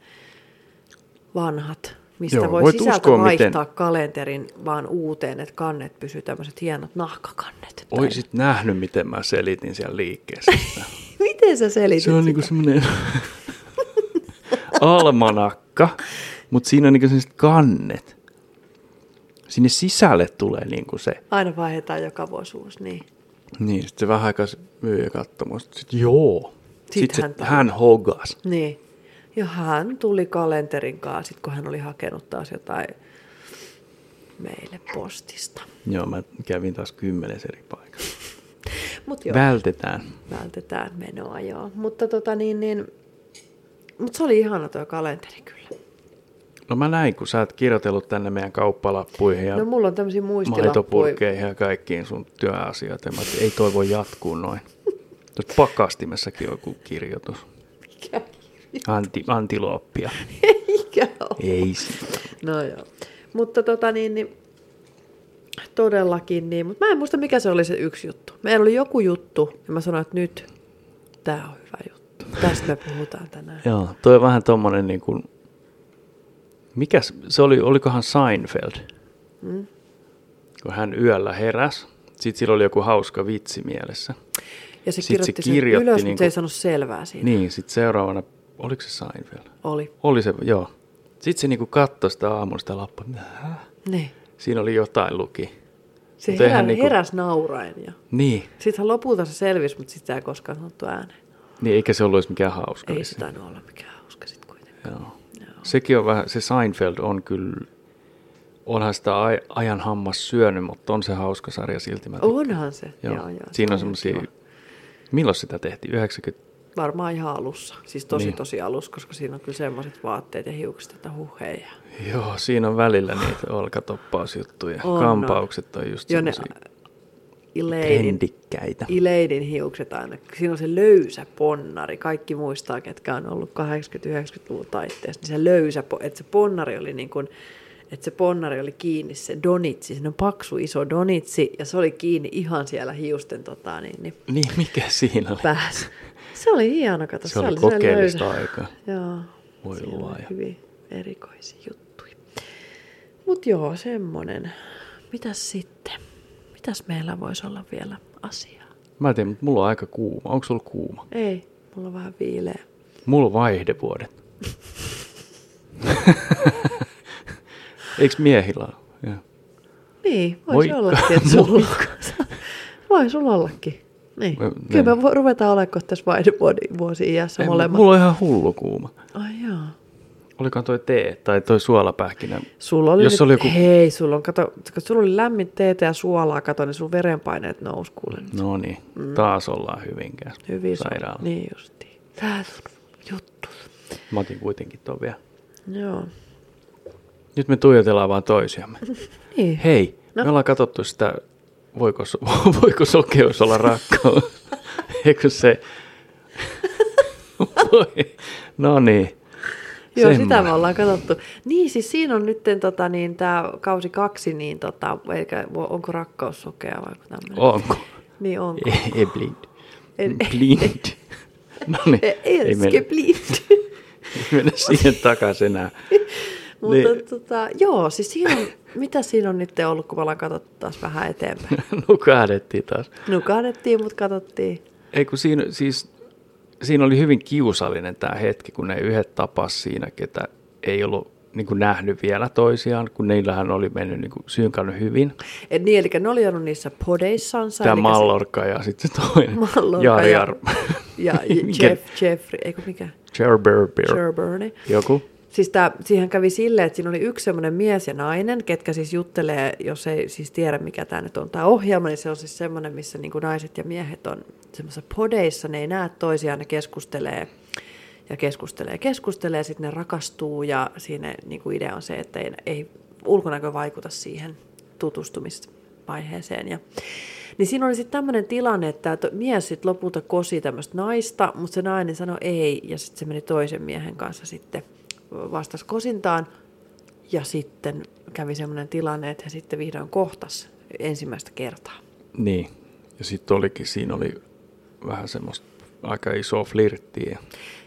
A: vanhat, mistä
B: Joo,
A: Joo, voi
B: voit
A: sisältö
B: uskoa, miten-
A: vaihtaa kalenterin vaan uuteen, että kannet pysyy tämmöiset hienot nahkakannet. Tai-
B: Oisit nähnyt, miten mä selitin siellä (laughs) liikkeessä. sitä.
A: Miten sä selitit
B: Se on niinku semmoinen (laughs) almanakka, mutta siinä on niinku sellaiset kannet. Sinne sisälle tulee niinku se.
A: Aina vaihdetaan joka vuosi uusi, niin.
B: Niin, sitten se vähän aikaa se myyjä katsoi mua. Sitten joo. Sitten
A: hän
B: se,
A: tuli.
B: hän hogas.
A: niin. Ja hän tuli kalenterin kanssa, sit kun hän oli hakenut taas jotain meille postista.
B: Joo, mä kävin taas kymmenes eri paikassa.
A: Mut joo.
B: Vältetään.
A: vältetään menoa, joo. Mutta tota niin, niin, mut se oli ihana tuo kalenteri kyllä.
B: No mä näin, kun sä oot kirjoitellut tänne meidän kauppalappuihin ja
A: No mulla on tämmöisiä muistilappuja.
B: maitopurkkeihin ja kaikkiin sun työasioita. Mä ajattelin, ei toi voi jatkuu noin. Tuossa pakastimessakin on joku kirjoitus.
A: Mikä,
B: Anti, antilooppia.
A: mikä on?
B: Ei sitä.
A: No joo. Mutta tota niin, niin todellakin niin. Mutta mä en muista mikä se oli se yksi juttu. Meillä oli joku juttu ja mä sanoin, että nyt tää on hyvä juttu. Tästä me puhutaan tänään.
B: Joo, toi on vähän tommonen niin kuin... Mikäs, se oli, olikohan Seinfeld? Mm. Kun hän yöllä heräs. Sitten sillä oli joku hauska vitsi mielessä.
A: Ja se
B: Sit se
A: kirjoitti, se
B: kirjoitti
A: sen ylös,
B: niinku-
A: mutta se ei sanonut selvää siitä. Niin.
B: Niin, sitten seuraavana, oliko se Seinfeld?
A: Oli.
B: Oli se, joo. Sitten se niinku katsoi sitä aamulla sitä lappua. Hä?
A: Niin.
B: Siinä oli jotain luki.
A: Se
B: Mut eihän
A: herä,
B: niinku-
A: heräs nauraen ja
B: Niin,
A: Sittenhän lopulta se selvisi, mutta sitä ei koskaan sanottu ääneen.
B: niin eikä se ollut edes mikään hauska.
A: Ei
B: vissi.
A: se tainnut olla mikään hauska sitten kuitenkaan.
B: Joo. Sekin on vähän, se Seinfeld on kyllä, onhan sitä ai, ajan hammas syönyt, mutta on se hauska sarja silti. Mä tykkään.
A: Onhan se. Joo. Joo, joo,
B: Siinä
A: se
B: on semmoisia,
A: kiva.
B: milloin sitä tehtiin? 90?
A: Varmaan ihan alussa. Siis tosi
B: Niin.
A: niin. tosi alussa, koska siinä on kyllä semmoiset vaatteet ja hiukset, että huhei. Ja...
B: Joo, siinä on välillä
A: (laughs)
B: niitä olkatoppausjuttuja.
A: On, on.
B: Kampaukset on just
A: Joo, ne
B: semmoisia
A: Ileidin,
B: trendikkäitä.
A: Ileidin hiukset aina. Siinä on se löysä ponnari. Kaikki muistaa, ketkä on ollut 80-90-luvun taitteessa. Niin se löysä, po- että se ponnari oli niin kuin, että se ponnari oli kiinni, se donitsi, se on paksu iso donitsi, ja se oli kiinni ihan siellä hiusten tota, niin, niin
B: Niin, mikä siinä oli?
A: pääs. Se oli hieno, kato.
B: Se oli kokeellista
A: löysä.
B: aikaa.
A: Joo.
B: Voi
A: Siellä oli
B: luoja.
A: Hyvin, erikoisia juttuja. Mut joo, semmonen. Mitäs sitten? Mitäs meillä voisi olla vielä asiaa?
B: Mä en tiedä, mutta mulla on aika kuuma. Onko sulla kuuma?
A: Ei, mulla on vähän viileä.
B: Mulla on vaihdevuodet. (laughs) Eiks miehillä ole? Joo.
A: Niin, voisi
B: Moikka.
A: ollakin, että sulla on. (laughs) Voi sulla ollakin. Niin.
B: Voi-
A: Kyllä me
B: niin.
A: vo- ruvetaan olemaan kohta tässä vaihdevuoden vuosi iässä
B: Ei,
A: molemmat.
B: Mulla on ihan hullu kuuma.
A: Ai joo.
B: Olikohan toi tee tai toi suolapähkinä?
A: Sulla oli
B: Jos
A: nyt,
B: oli joku-
A: hei, sulla on, kato, kun sulla oli lämmin teetä ja suolaa, kato, niin sun verenpaineet nousi kuule. nyt
B: No niin, taas ollaan hyvinkään.
A: Hyvin sulla.
B: sairaala. Niin.
A: Niin justiin. Tää sun juttu.
B: Mä otin kuitenkin ton vielä.
A: Joo.
B: Nyt me tuijotellaan vaan
A: (laughs)
B: toisiamme.
A: Niin.
B: Hei, no.
A: No.
B: me ollaan katsottu sitä, voiko, so- (laughs) voiko sokeus olla rakkaus. Eikö se... (laughs) Voi. no niin.
A: Joo, sitä
B: Semmoinen.
A: me ollaan katsottu. Niin, siis siinä on nyt tota, niin, tämä kausi kaksi, niin tota, eikä, vo- onko rakkaus sokea vai onko tämmöinen?
B: Onko?
A: Niin onko.
B: Ei, (laughs) ei blind.
A: En-
B: blind.
A: (laughs)
B: no niin, ei mennä,
A: Elske
B: (laughs)
A: blind.
B: ei mennä siihen takaisin enää.
A: (laughs) Mutta
B: Niin.
A: tota, joo, siis siinä on, mitä siinä on nyt ollut, kun me ollaan katsottu taas vähän
B: (laughs)
A: eteenpäin.
B: Niin, Nukahdettiin taas.
A: Nukahdettiin, mutta katsottiin.
B: Ei kun siinä, siis, siinä oli hyvin kiusallinen tämä hetki, kun ne yhdet tapas siinä, ketä ei ollut niin kuin nähnyt vielä toisiaan, kun niillähän oli mennyt niin kuin synkannut hyvin.
A: Et niin, eli ne oli ollut niissä podeissansa.
B: Tämä
A: elikkä se-
B: Mallorca ja sitten se toinen.
A: Mallorca
B: Jar,
A: ja-
B: jar.
A: (laughs)
B: (laughs)
A: Ja
B: Mikä-
A: Jeff, Jeffrey, eikö mikä?
B: Gerberbeer.
A: Sherburne.
B: Joku.
A: Siis tää, siihen kävi silleen, että siinä oli yksi semmoinen mies ja nainen, ketkä siis juttelee, jos ei siis tiedä mikä tämä nyt on tämä ohjelma, niin se on siis semmoinen, missä niinku naiset ja miehet on semmoisessa podeissa, ne ei näe toisiaan, ne keskustelee ja keskustelee, keskustelee, sitten ne rakastuu ja siinä niinku idea on se, että ei, ei ulkonäkö vaikuta siihen tutustumisvaiheeseen. Ja, niin siinä oli sitten tämmöinen tilanne, että to- mies sitten lopulta kosi tämmöistä naista, mutta se nainen sanoi ei, ja sitten se meni toisen miehen kanssa sitten vastasi kosintaan. Ja sitten kävi semmoinen tilanne, että he sitten vihdoin kohtas ensimmäistä kertaa.
B: Niin. Ja sitten olikin, siinä oli vähän semmoista aika isoa flirttiä.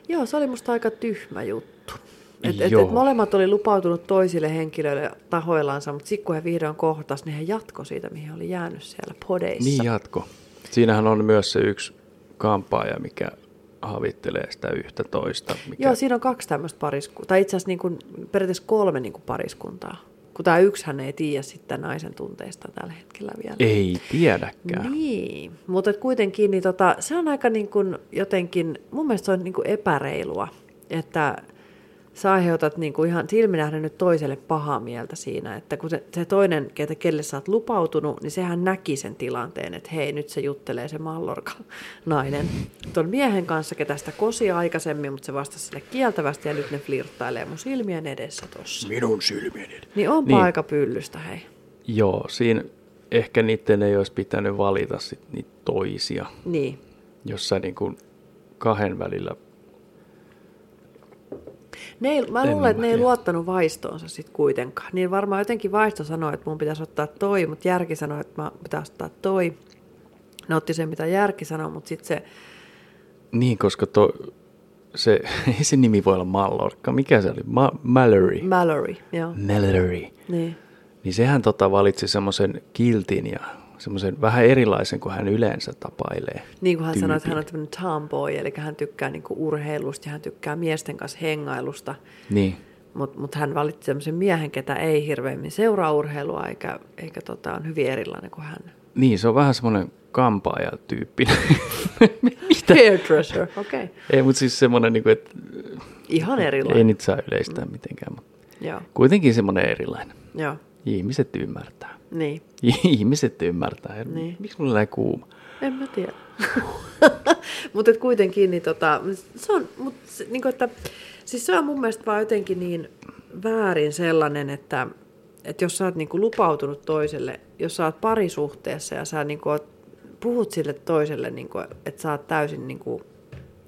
A: Joo, se oli musta aika tyhmä juttu. Et, et,
B: Joo.
A: et molemmat oli lupautunut toisille henkilöille tahoillansa, mutta sitten kun he vihdoin kohtas, niin he jatko siitä, mihin he oli jäänyt siellä podeissa.
B: Niin jatko. Siinähän on myös se yksi kampaaja, mikä havittelee sitä yhtä toista. Mikä...
A: Joo, siinä on kaksi tämmöistä pariskuntaa, tai itse asiassa niin kuin, periaatteessa kolme niin kuin pariskuntaa. Kun tämä yksihän ei tiedä sitten naisen tunteista tällä hetkellä vielä.
B: Ei tiedäkään.
A: Niin, mutta et kuitenkin niin tota, se on aika niin kuin jotenkin, mun mielestä se on niin kuin epäreilua, että sä aiheutat niin kuin ihan silminähden nyt toiselle pahaa mieltä siinä, että kun se, se toinen, ketä kelle sä oot lupautunut, niin sehän näki sen tilanteen, että hei, nyt se juttelee se mallorka nainen ton miehen kanssa, ketä sitä kosi aikaisemmin, mutta se vastasi sille kieltävästi ja nyt ne flirttailee mun silmien edessä tossa.
B: Minun silmieni.
A: Niin onpa
B: Niin.
A: niin. aika pyllystä, hei.
B: Joo, siinä ehkä niiden ei olisi pitänyt valita sit niitä toisia,
A: Niin.
B: jos sä niin kuin kahden välillä...
A: Ne ei, mä
B: En
A: luulen, että
B: mä
A: ne ei
B: tiedä.
A: luottanut vaistoonsa sitten kuitenkaan. Niin varmaan jotenkin vaisto sanoi, että mun pitäisi ottaa toi, mutta järki sanoi, että mä pitää ottaa toi. Ne otti sen, mitä järki sanoi, mutta sitten se...
B: Niin, koska to, se, (laughs) ei se nimi voi olla Mallorca. Mikä se oli? Ma- Mallory.
A: Mallory, joo.
B: Mm. Mallory.
A: Niin.
B: Niin sehän tota valitsi semmoisen kiltin ja semmoisen vähän erilaisen kuin hän yleensä tapailee.
A: Niin kuin hän sanoi, että
B: tyypin.
A: hän on tämmöinen tomboy, eli hän tykkää niinku urheilusta ja hän tykkää miesten kanssa hengailusta.
B: Niin.
A: Mutta mut hän valitsi semmoisen miehen, ketä ei hirveämmin seuraa urheilua, eikä, eikä tota, on hyvin erilainen kuin hän.
B: Niin, se on vähän semmoinen kampaajatyyppi. Mitä?
A: Hairdresser, okei. Okay.
B: (laughs) Ei, mutta siis semmoinen, niin kuin, että
A: Ihan
B: ei niin.
A: erilainen, Mm.
B: nyt saa yleistää mitenkään, mutta
A: joo.
B: kuitenkin semmoinen erilainen.
A: joo.
B: Ihmiset ymmärtää. (laughs)
A: Niin.
B: Ihmiset ymmärtää. Niin.
A: Niin.
B: Miksi mulla näin kuuma?
A: En mä tiedä. (laughs) mutta kuitenkin, niin tota, se on, mut, se, niin kuin, että, siis se on mun mielestä vaan jotenkin niin väärin sellainen, että, että jos sä oot niin kuin lupautunut toiselle, jos sä oot parisuhteessa ja sä niin kuin, oot, puhut sille toiselle, niin kuin, että sä oot täysin niin kuin,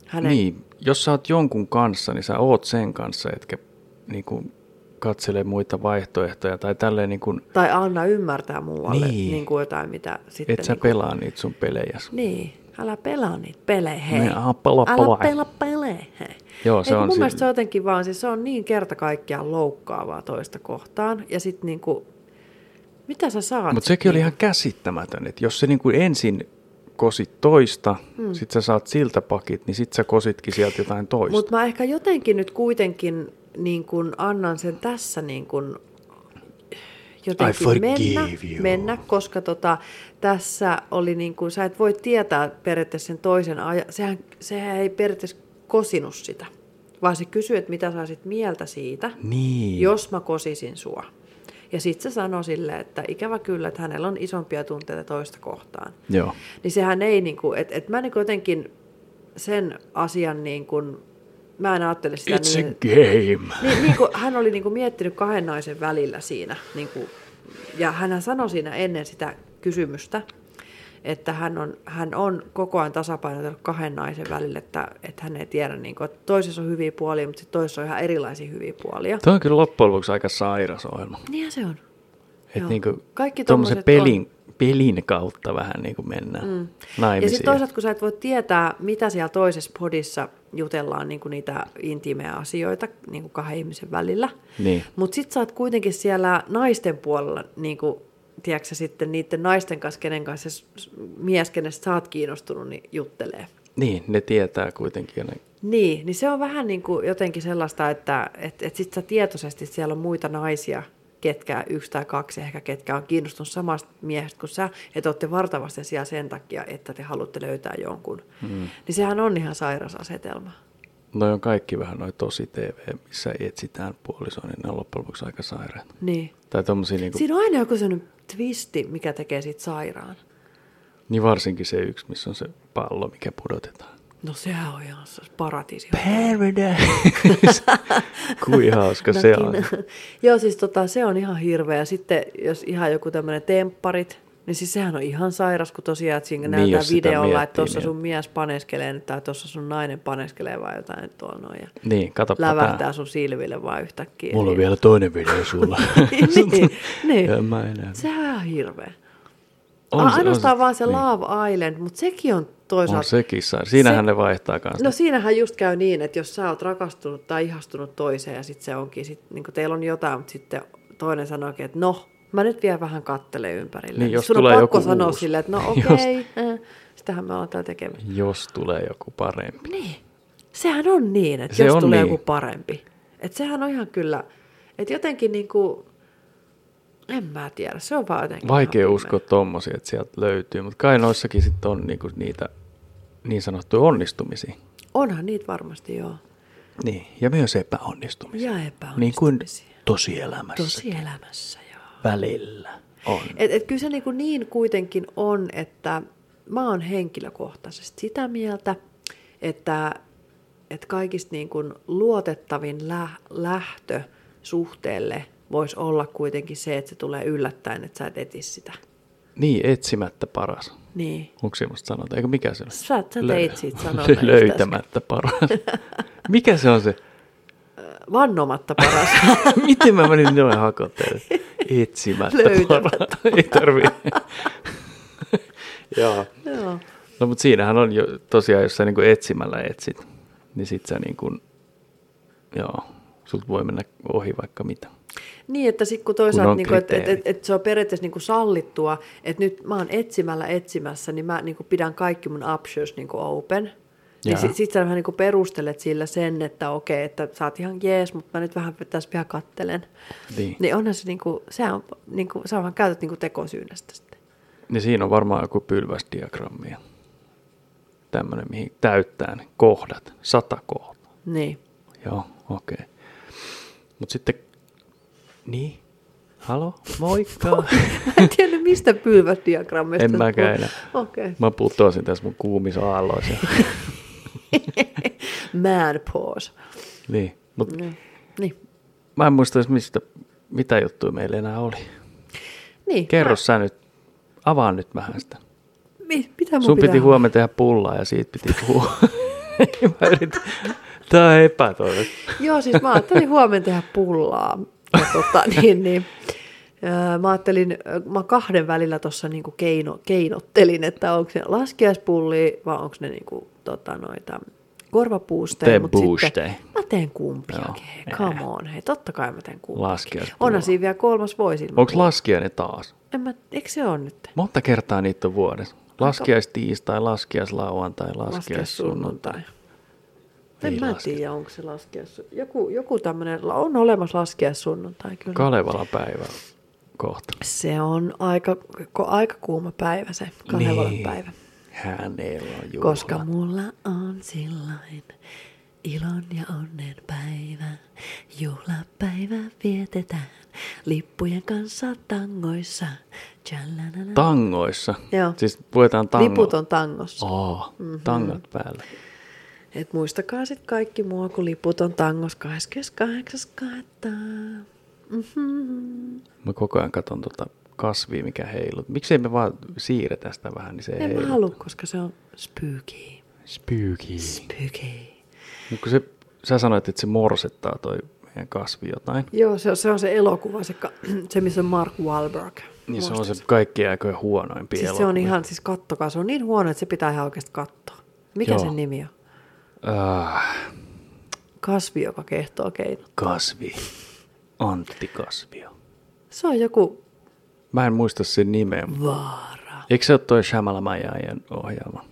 A: hänen...
B: Niin, jos sä oot jonkun kanssa, niin sä oot sen kanssa, etkä niin kuin, katsele muita vaihtoehtoja tai tälleen niin kuin,
A: Tai anna ymmärtää muualle
B: Niin.
A: niin. Niin kuin jotain, mitä sitten...
B: et sä
A: niin, kuin,
B: pelaa niitä sun pelejä.
A: niin, älä Niin. pelaa niitä pelejä, hei.
B: Niin, älä pelaa
A: älä
B: pelejä.
A: pelaa pelejä, hei.
B: Joo, se
A: Ei, kun
B: on
A: mun
B: si-
A: mielestä se on jotenkin vaan, siis se on niin kerta kaikkiaan loukkaavaa toista kohtaan. Ja sitten niinku, mitä sä saat?
B: Mutta
A: sit
B: sekin oli
A: niinku?
B: ihan käsittämätön, että jos se niin kuin ensin kosit toista,
A: Mm.
B: hmm. sit sä saat siltä pakit, niin sit sä kositkin sieltä jotain toista. Mut,
A: Mutta mä ehkä jotenkin nyt kuitenkin niin kun annan sen tässä niin kun
B: I
A: jotenkin
B: forgive
A: mennä,
B: you.
A: mennä, koska tota, tässä oli niin kun, sä et voi tietää periaatteessa sen toisen ajan, sehän, sehän ei periaatteessa kosinut sitä, vaan se kysyi, että mitä sä olisit mieltä siitä,
B: niin.
A: jos mä kosisin sua. Ja sit se sanoi sille, että ikävä kyllä, että hänellä on isompia tunteita toista kohtaan
B: Joo.
A: niin sehän ei, niin kuin, että et mä niin jotenkin sen asian niin kuin, mä en ajattele sitä
B: It's a
A: niin,
B: game.
A: niin, niin kuin, hän oli niin kuin miettinyt kahden naisen välillä siinä, niin kuin, ja hän sanoi siinä ennen sitä kysymystä, että hän on, hän on koko ajan tasapainotellut kahden naisen välillä, että, että hän ei tiedä, niin kuin, että toisessa on hyviä puolia, mutta sitten toisessa on ihan erilaisia hyviä puolia.
B: Tuo on kyllä loppujen lopuksi aika sairas ohjelma.
A: Niinhän se on.
B: Et
A: Joo.
B: niin kuin
A: Kaikki tommoset
B: pelin, pelin kautta vähän niin kuin mennään mm.
A: Ja
B: naimisiin.
A: sitten toisaalta, kun sä et voi tietää, mitä siellä toisessa podissa jutellaan niin kuin niitä intiimejä asioita niin kuin kahden ihmisen välillä.
B: Niin.
A: Mutta sitten sä oot kuitenkin siellä naisten puolella, niin kuin, tiedätkö, sä, sitten niiden naisten kanssa, kenen kanssa se s- s- mies, kenestä sä oot kiinnostunut, niin juttelee.
B: Niin, ne tietää kuitenkin. Ne...
A: Niin, niin se on vähän niin kuin jotenkin sellaista, että et, et sit sä tietoisesti siellä on muita naisia, ketkä yksi tai kaksi ehkä, ketkä on kiinnostunut samasta miehestä kuin sä, että olette vartavasti siellä sen takia, että te haluatte löytää jonkun. Mm. Niin sehän on ihan sairas asetelma.
B: Noi on kaikki vähän noin tosi TV, missä etsitään puolisoa, niin ne on loppujen lopuksi aika sairaat.
A: Niin.
B: Tai tommosia niinku,
A: Siinä on aina joku sellainen twisti, mikä tekee siitä sairaan.
B: niin varsinkin se yksi, missä on se pallo, mikä pudotetaan.
A: No sehän on ihan s- paratiisi.
B: (laughs) Paradise! Kui hauska
A: No
B: se
A: niin.
B: on.
A: (laughs) Joo, siis tota, se on ihan hirveä. Sitten jos ihan joku tämmöinen tempparit, niin siis sehän on ihan sairas, kun tosiaan, että siinä niin,
B: jos
A: näytetään
B: sitä
A: videolla, että
B: miettii,
A: tuossa
B: niin-
A: sun mies paneskelee nyt, tai tuossa sun nainen paneskelee vai jotain nyt tuolla noin, ja
B: Niin, katoppa
A: lävähtää
B: tää.
A: sun silville vaan yhtäkkiä.
B: Mulla on
A: Niin-
B: vielä toinen video sulla.
A: (laughs) niin, niin.
B: (laughs) En mä enää.
A: Sehän on ihan hirveä.
B: On
A: On,
B: se- on
A: ainoastaan
B: se-
A: vaan se
B: niin.
A: Love Island, mutta sekin on toisaalta...
B: On sekin saa. Siinähän ne vaihtaa kanssa.
A: No siinähän just käy niin, että jos sä oot rakastunut tai ihastunut toiseen ja sitten se onkin, sit, niin teillä on jotain, mutta sitten toinen sanookin, että no, mä nyt vielä vähän kattelen ympärille.
B: Niin, jos
A: Sun
B: tulee
A: on pakko
B: joku
A: sanoa
B: uusi.
A: silleen, että no
B: (laughs) Just.
A: okei, okay, sitähän me ollaan täällä tekemään.
B: Jos tulee joku parempi.
A: Niin, sehän on niin, että
B: Se
A: se jos
B: on
A: tulee
B: niin.
A: joku parempi. Että sehän on ihan kyllä, että jotenkin niin kuin, en mä tiedä, se on vaan jotenkin.
B: Vaikea
A: ihan
B: uskoa tommosia, että sieltä löytyy, mutta kai noissakin sitten on niinku niitä niin sanottuja onnistumisia.
A: pimeä. Onhan niitä varmasti joo.
B: Niin, ja myös epäonnistumisia.
A: Ja
B: Niin kuin
A: epäonnistumisia.
B: tosielämässä
A: Tosi elämässä joo.
B: välillä on.
A: Et, et kyllä se niin, niin kuitenkin on, että mä oon henkilökohtaisesti sitä mieltä, että, että kaikista niin kuin luotettavin lä- lähtö suhteelle voisi olla kuitenkin se, että se tulee yllättäen, että sä et eti sitä.
B: Niin, etsimättä paras.
A: Niin.
B: Onko semmoista sanotaan? Eikö mikä se on?
A: Sä- sä teit siitä sanonnan just äsken.
B: Löytämättä paras. Mikä se on se?
A: Äh, Vannomatta paras.
B: Miten mä menin noin hakoteen? Etsimättä
A: Löytämättä
B: paras. Ei tarvii. Joo.
A: Joo.
B: No mutta siinähän on jo tosiaan, jos sä niinku etsimällä etsit, niin sit sä niinku, joo, sut voi mennä ohi vaikka mitä.
A: Niin, että sitten kun toisaalta,
B: on
A: niin että et, et,
B: kriteerit.
A: et se on periaatteessa niin sallittua, että nyt mä oon etsimällä etsimässä, niin mä niin pidän kaikki mun options niin open. Niin
B: Jaa.
A: sit, sit sä vähän niin perustelet sillä sen, että okei, että sä oot ihan jees, mutta mä nyt vähän tässä vielä kattelen.
B: Niin.
A: Niin onhan se niin kuin, sehän on, niin kuin, sä vaan käytät niin tekosyynästä sitten.
B: Niin siinä on varmaan joku pylväsdiagrammia. Tämmöinen, mihin täyttää ne kohdat, sata kohtaa.
A: Niin. (laughs)
B: Joo, okei. Okay. Mutta sitten, niin, halo,
A: (laughs)
B: moikka.
A: Mä en tiennyt mistä pylväsdiagrammeista.
B: En
A: sä
B: mäkään
A: puhut.
B: enää.
A: Okei. Okay.
B: Mä putoasin tässä mun kuumissa aalloissa.
A: Man pause.
B: niin, mutta
A: Niin. niin.
B: mä en muista edes mistä, mitä juttuja meillä enää oli.
A: Niin.
B: Kerro sä nyt, avaa nyt vähän sitä.
A: Mi- mitä mun
B: Sun
A: pitää
B: piti huomenna tehdä pullaa ja siitä piti puhua. Niin Mä yritin- Tää on epätoivosta.
A: Joo, siis mä ajattelin huomenna tehdä pullaa. Ja tota, (laughs) niin, niin. öö, Mä ajattelin, ö, mä kahden välillä tuossa niinku keino, keinottelin, että onko ne laskiaispullia vai onko ne niinku, tota, noita korvapuusteja, mutta
B: Tempuusteja.
A: sitten mä teen kumpiakin.
B: Joo.
A: Hei, come on, hei, totta kai mä teen kumpiakin.
B: Laskiaispulla.
A: Onhan siinä vielä kolmas voisi.
B: Onko laskiainen taas?
A: En mä, eikö se ole nyt?
B: Monta kertaa niitä on vuodessa. Laskiaistiistai, laskiaislauantai, laskiaissunnuntai.
A: Laskiaissunnuntai. En
B: Ei
A: mä
B: lasketa.
A: tiedä, onko se laskias. Joku, joku tämmöinen, on olemassa laskiaissunnuntai kyllä.
B: Kalevalan päivä kohta.
A: se on aika, ko, aika kuuma päivä se Kanevalan päivä.
B: Niin, Hänellä on juhla.
A: Koska mulla on silloin ilon ja onnen päivä. Juhlapäivä vietetään lippujen kanssa tangoissa. Tjallanana.
B: Tangoissa.
A: Joo.
B: Siis puetaan tango.
A: Liput on Mhm. tangossa.
B: Oh, tangot päällä.
A: Et muistakaa sitten kaikki mua, kun liput on tangos 28.2. Mm-hmm.
B: Mä koko ajan katson tota kasvia, mikä heilut. Miksei me vaan siirretä sitä vähän, niin se
A: En
B: heilu.
A: mä halua, koska se on spooky.
B: Spooky.
A: Spooky.
B: Mut kun se, sä sanoit, että se morsettaa toi meidän kasvi jotain.
A: Joo, se on se, on se elokuva, se, ka- (clears throat) se missä on Mark Wahlberg.
B: Niin se on
A: Muistatko?
B: se kaikkien aikojen huonoimpi
A: Siis se
B: elokuva.
A: on ihan, siis kattokaa, se on niin huono, että se pitää ihan oikeasti katsoa. Mikä
B: Joo.
A: sen nimi on?
B: Ah,
A: Kasvi, joka kehtoo keinot.
B: kasvi. Antti Kasvio.
A: Se on joku
B: Mä en muista sen nimeä. mut-
A: vaara.
B: Eikö se ole toi Shamalamajajan ohjaama?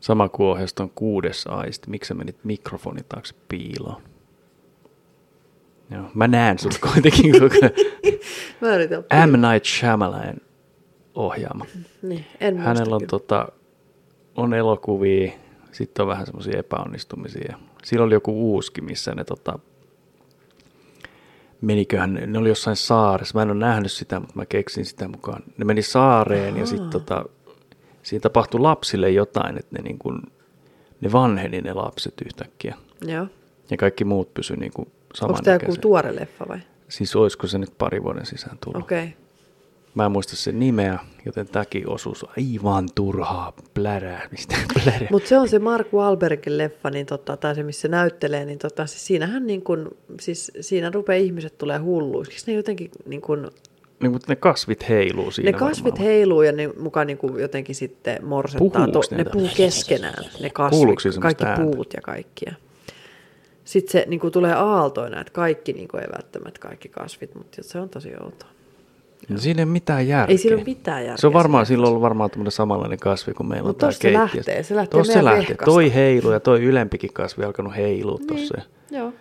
B: Sama kuin ohjasi ton kuudes aisti. Miksi sä menit mikrofonin taakse piiloon? Joo, mä näen sut kuitenkin koko ajan.
A: Mä yritän.
B: M. Night Shyamalan ohjaama.
A: Niin, en muista
B: Hänellä on,
A: kyllä.
B: tota, on elokuvia, sitten on vähän semmoisia epäonnistumisia. Sillä oli joku uuski, missä ne tota, meniköhän, ne oli jossain saaressa. Mä en ole nähnyt sitä, mutta mä keksin sitä mukaan. Ne meni saareen ja sitten tota, siinä tapahtui lapsille jotain, että ne, niin kun, ne vanheni ne lapset yhtäkkiä.
A: Joo.
B: Ja kaikki muut pysyi niin kuin
A: Onko tämä joku
B: samanikäisenä.
A: tuore leffa vai?
B: Siis olisiko se nyt pari vuoden sisään tullut?
A: Okei. Okay.
B: Mä en muista sen nimeä, joten tämäkin osuus aivan turhaa (laughs) pläräämistä. Plärää.
A: Mutta se on se Mark Wahlbergin leffa, niin tota, tai se missä se näyttelee, niin tota, siis siinähän niin kun, siis siinä rupeaa ihmiset tulee hulluiksi. Eikö Ne jotenkin niin kun,
B: Niin, mutta ne kasvit heiluu siinä
A: ne kasvit
B: varmaan.
A: heiluu ja ne mukaan niin kun jotenkin sitten morsettaa.
B: Puhuuks
A: To,
B: ne
A: ne
B: tällä-
A: puhuu keskenään, ne kasvit,
B: Kuuluuko siinä semmoista
A: kaikki
B: ääntä?
A: puut ja kaikkia. Sitten se niin kun tulee aaltoina, että kaikki niin kun, ei välttämättä kaikki kasvit, mutta se on tosi outoa.
B: No, siinä ei ole mitään järkeä.
A: Ei siinä ole mitään järkeä
B: Se on varmaan,
A: siinä.
B: sillä on ollut varmaan tämmöinen samanlainen kasvi kuin meillä
A: Mut
B: on täällä
A: tosta se
B: keittiössä.
A: lähtee, se lähtee
B: Tossa se
A: meidän
B: lähtee.
A: vehkasta.
B: Toi heiluu ja toi ylempikin kasvi alkanut heilua tossa.
A: Niin, joo.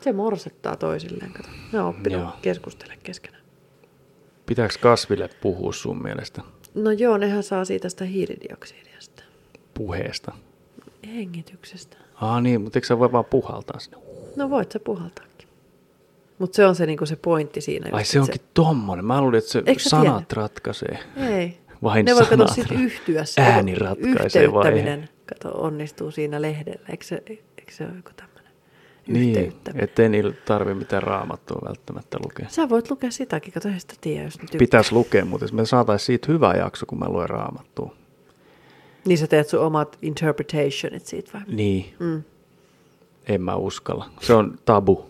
A: Se morsettaa toisilleen. Kato. Ne on oppinut
B: Joo.
A: keskustelemaan keskenään.
B: Pitääkö kasville puhua sun mielestä
A: No joo, nehän saa siitä sitä hiilidioksidia sitä.
B: puheesta?
A: Hengityksestä.
B: Ah niin, mutta eikö sä voi vaan puhaltaa sinne?
A: No voit sä puhaltaakin. Mutta se on se, niinku se pointti siinä.
B: Ai
A: just,
B: se
A: et
B: onkin tommonen. Mä luulin, että se
A: Eikö sä
B: sanat
A: tiennyt?
B: ratkaisee.
A: Ei.
B: Vain
A: ne voi kato
B: sanat.
A: sit yhtyä. se
B: Ääni ratkaisee vai?
A: Yhteyttäminen. Kato, onnistuu siinä lehdellä. Eikö se, eikö se ole joku tämmöinen
B: Niin,
A: yhteyttäminen?
B: ettei niillä tarvi mitään raamattua välttämättä lukea.
A: Sä voit lukea sitäkin, kato ei sitä tiedä, jos nyt Pitä.
B: Pitäisi lukea, mutta jos me saataisiin siitä hyvä jakso, kun mä luen raamattua.
A: Niin sä teet sun omat interpretationit siitä vai?
B: Niin,
A: Mm.
B: en mä uskalla. Se on
A: (laughs)
B: tabu.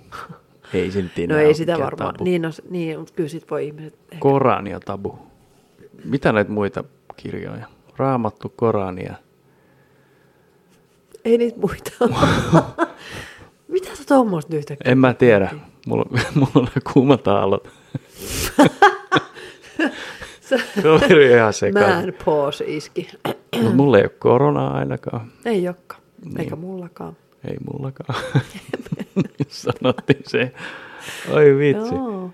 B: Ei silti
A: No
B: enää
A: ei
B: ole
A: sitä
B: mikään
A: varmaan.
B: Tabu.
A: Niin, no, s- niin, mutta kyllä sit voi ihmiset... ehkä-
B: Korani on tabu. Mitä näitä muita kirjoja? Raamattu, Korania.
A: Ei niitä muita
B: (laughs)
A: ole. Mitä sä tuommoista nyt yhtäkkiä?
B: En mä tiedä. Mulla, (laughs) mulla on
A: (laughs)
B: kuumat aallot.
A: Sä-
B: Se on ihan sekaan.
A: Man pause iski. (clears throat)
B: Mut mulla ei ole koronaa ainakaan.
A: Ei olekaan.
B: Niin.
A: Eikä mullakaan.
B: Ei mullakaan. (laughs) Sanottiin se. Oi vitsi.
A: Joo.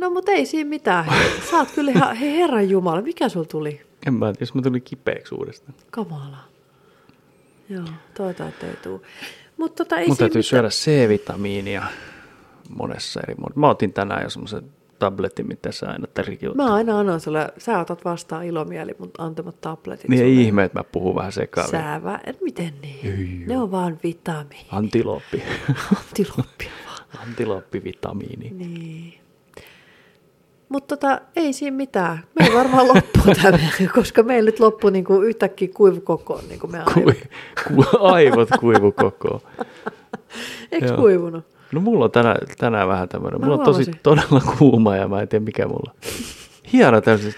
A: No mutta ei siinä mitään. Sä oot kyllä ihan, hei herran jumala, mikä sul tuli?
B: En mä, jos mä tulin kipeäksi uudestaan.
A: Kamalaa. Joo, toivotaan, että ei tuu. Mutta tota, ei
B: Mun
A: siinä
B: täytyy
A: mitään.
B: syödä C-vitamiinia monessa eri muodossa. Mä otin tänään jo semmoisen tabletin, mitä sä aina tärkiut.
A: Mä aina annan sulle, sä otat vastaan ilomieli mun antamat tabletit.
B: Niin
A: sulle.
B: ei ihme, että mä puhun vähän sekavia. Sä...
A: Säävä, et miten niin?
B: Ei
A: ne on vaan vitamiini.
B: (laughs) Antiloppi.
A: Tiloppia vaan.
B: Antiloppivitamiini.
A: Niin. Mutta tota, ei siinä mitään. Me ei varmaan loppu tämä,
B: (laughs)
A: koska meillä nyt loppu niinku yhtäkkiä kuivu kokoon. Niinku me
B: Kui,
A: aivot.
B: ku, aivot kuivu koko.
A: Eikö
B: joo.
A: kuivunut?
B: No mulla on tänään, tänään vähän tämmöinen.
A: Mä
B: Mulla on tosi
A: huomasin.
B: todella kuuma ja mä en tiedä mikä mulla. Hieno tämmöiset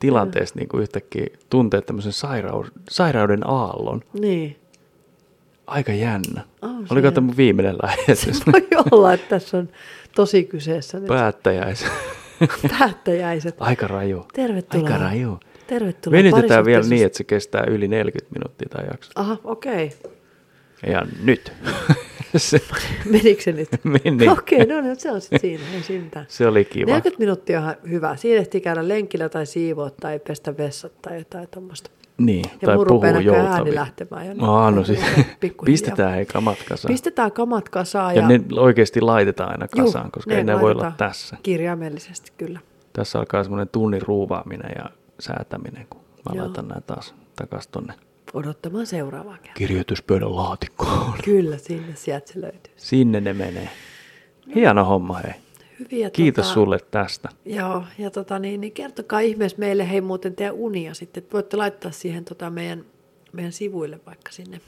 B: tilanteessa niin kuin yhtäkkiä tuntee tämmöisen sairaus, sairauden aallon.
A: Niin.
B: Aika jännä.
A: On Oh, se
B: Oliko
A: jännä.
B: tämä mun viimeinen lähetys?
A: Voi olla, että tässä on tosi kyseessä nyt
B: Päättäjäis.
A: päättäjäiset.
B: Aika raju.
A: Tervetuloa.
B: Aika raju.
A: Tervetuloa.
B: Venytetään vielä
A: parisuhteisuus-
B: niin, että se kestää yli 40 minuuttia tämä jakso.
A: Aha, okei.
B: Ja nyt. (laughs) se
A: Menikö se nyt?
B: (laughs) meni.
A: Okei, no, no se on sitten siinä. Ei siinä mitään.
B: Se oli kiva.
A: 40 minuuttia on ihan hyvä. Siinä ehtii käydä lenkillä tai siivoa tai pestä vessat tai jotain tuommoista.
B: Niin,
A: Ja
B: tai
A: mun
B: puhuu
A: rupeaa näköjään
B: joutavia.
A: ääni lähtemään jo.
B: Aa, no siis,
A: (laughs) Pikkuhiljaa.
B: pistetään hei kamat kasaan.
A: Pistetään kamat kasaan
B: ja,
A: ja,
B: ja ne oikeasti laitetaan aina
A: Juu,
B: kasaan, koska ei ne voi olla
A: laitetaan
B: tässä.
A: Kirjaimellisesti kyllä.
B: Tässä alkaa semmoinen tunnin ruuvaaminen ja säätäminen, kun mä
A: Joo.
B: laitan nämä taas takaisin tonne
A: Odottamaan seuraavaa kertaa.
B: kirjoituspöydän laatikkoon.
A: Kyllä, sinne sieltä se löytyy.
B: Sinne ne menee. Hieno homma hei.
A: Hyviä
B: Kiitos
A: tota,
B: sulle tästä.
A: Joo, ja tota, niin, niin kertokaa ihmeessä meille, hei muuten teidän unia sitten. Voitte laittaa siihen tota, meidän, meidän sivuille vaikka sinne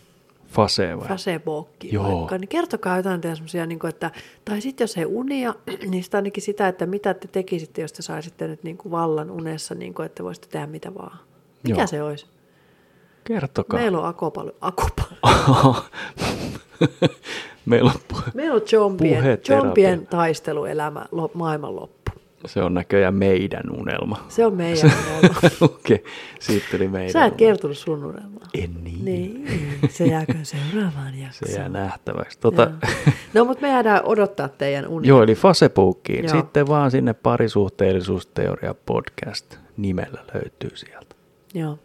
B: Fasee vai?
A: Facebookiin
B: Joo.
A: vaikka. Niin kertokaa jotain teidän semmoisia, niin kuin, että, tai sitten jos ei unia, (clears throat) niin sitä ainakin sitä, että mitä te tekisitte, jos te saisitte nyt niin kuin vallan unessa, niin kuin, että voisitte tehdä mitä vaan. Mikä
B: Joo.
A: se olisi?
B: Kertokaa.
A: Meillä on akopallo. akopallo.
B: (laughs) Meillä on puhe.
A: (laughs) Meillä on zombien,
B: Puheterapia.
A: zombien taisteluelämä, lo, maailmanloppu.
B: Se on näköjään meidän unelma.
A: Se on meidän
B: (laughs)
A: unelma.
B: Okei, okay. siitä tuli meidän
A: Sä et
B: unelma.
A: kertonut sun unelmaa.
B: En niin.
A: Niin, se jääkö seuraavaan jaksoon.
B: Se jää nähtäväksi. Tota, (laughs)
A: Joo. No, mutta me jäädään odottaa teidän unia.
B: Joo, eli Facebookiin.
A: Joo.
B: Sitten vaan sinne parisuhteellisuusteoria podcast nimellä löytyy sieltä.
A: Joo.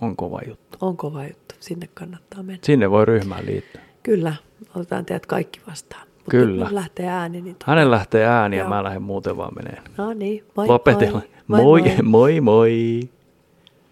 B: On kova juttu.
A: On kova juttu. Sinne kannattaa mennä.
B: Sinne voi ryhmään liittyä.
A: Kyllä, otetaan teidät kaikki vastaan. Mutta
B: Kyllä.
A: Kun lähtee ääni, niin... To...
B: Hänen lähtee ääni ja
A: Joo.
B: mä lähden muuten vaan meneen.
A: No niin, moi
B: Lopetella.
A: moi. Moi
B: moi, moi. moi.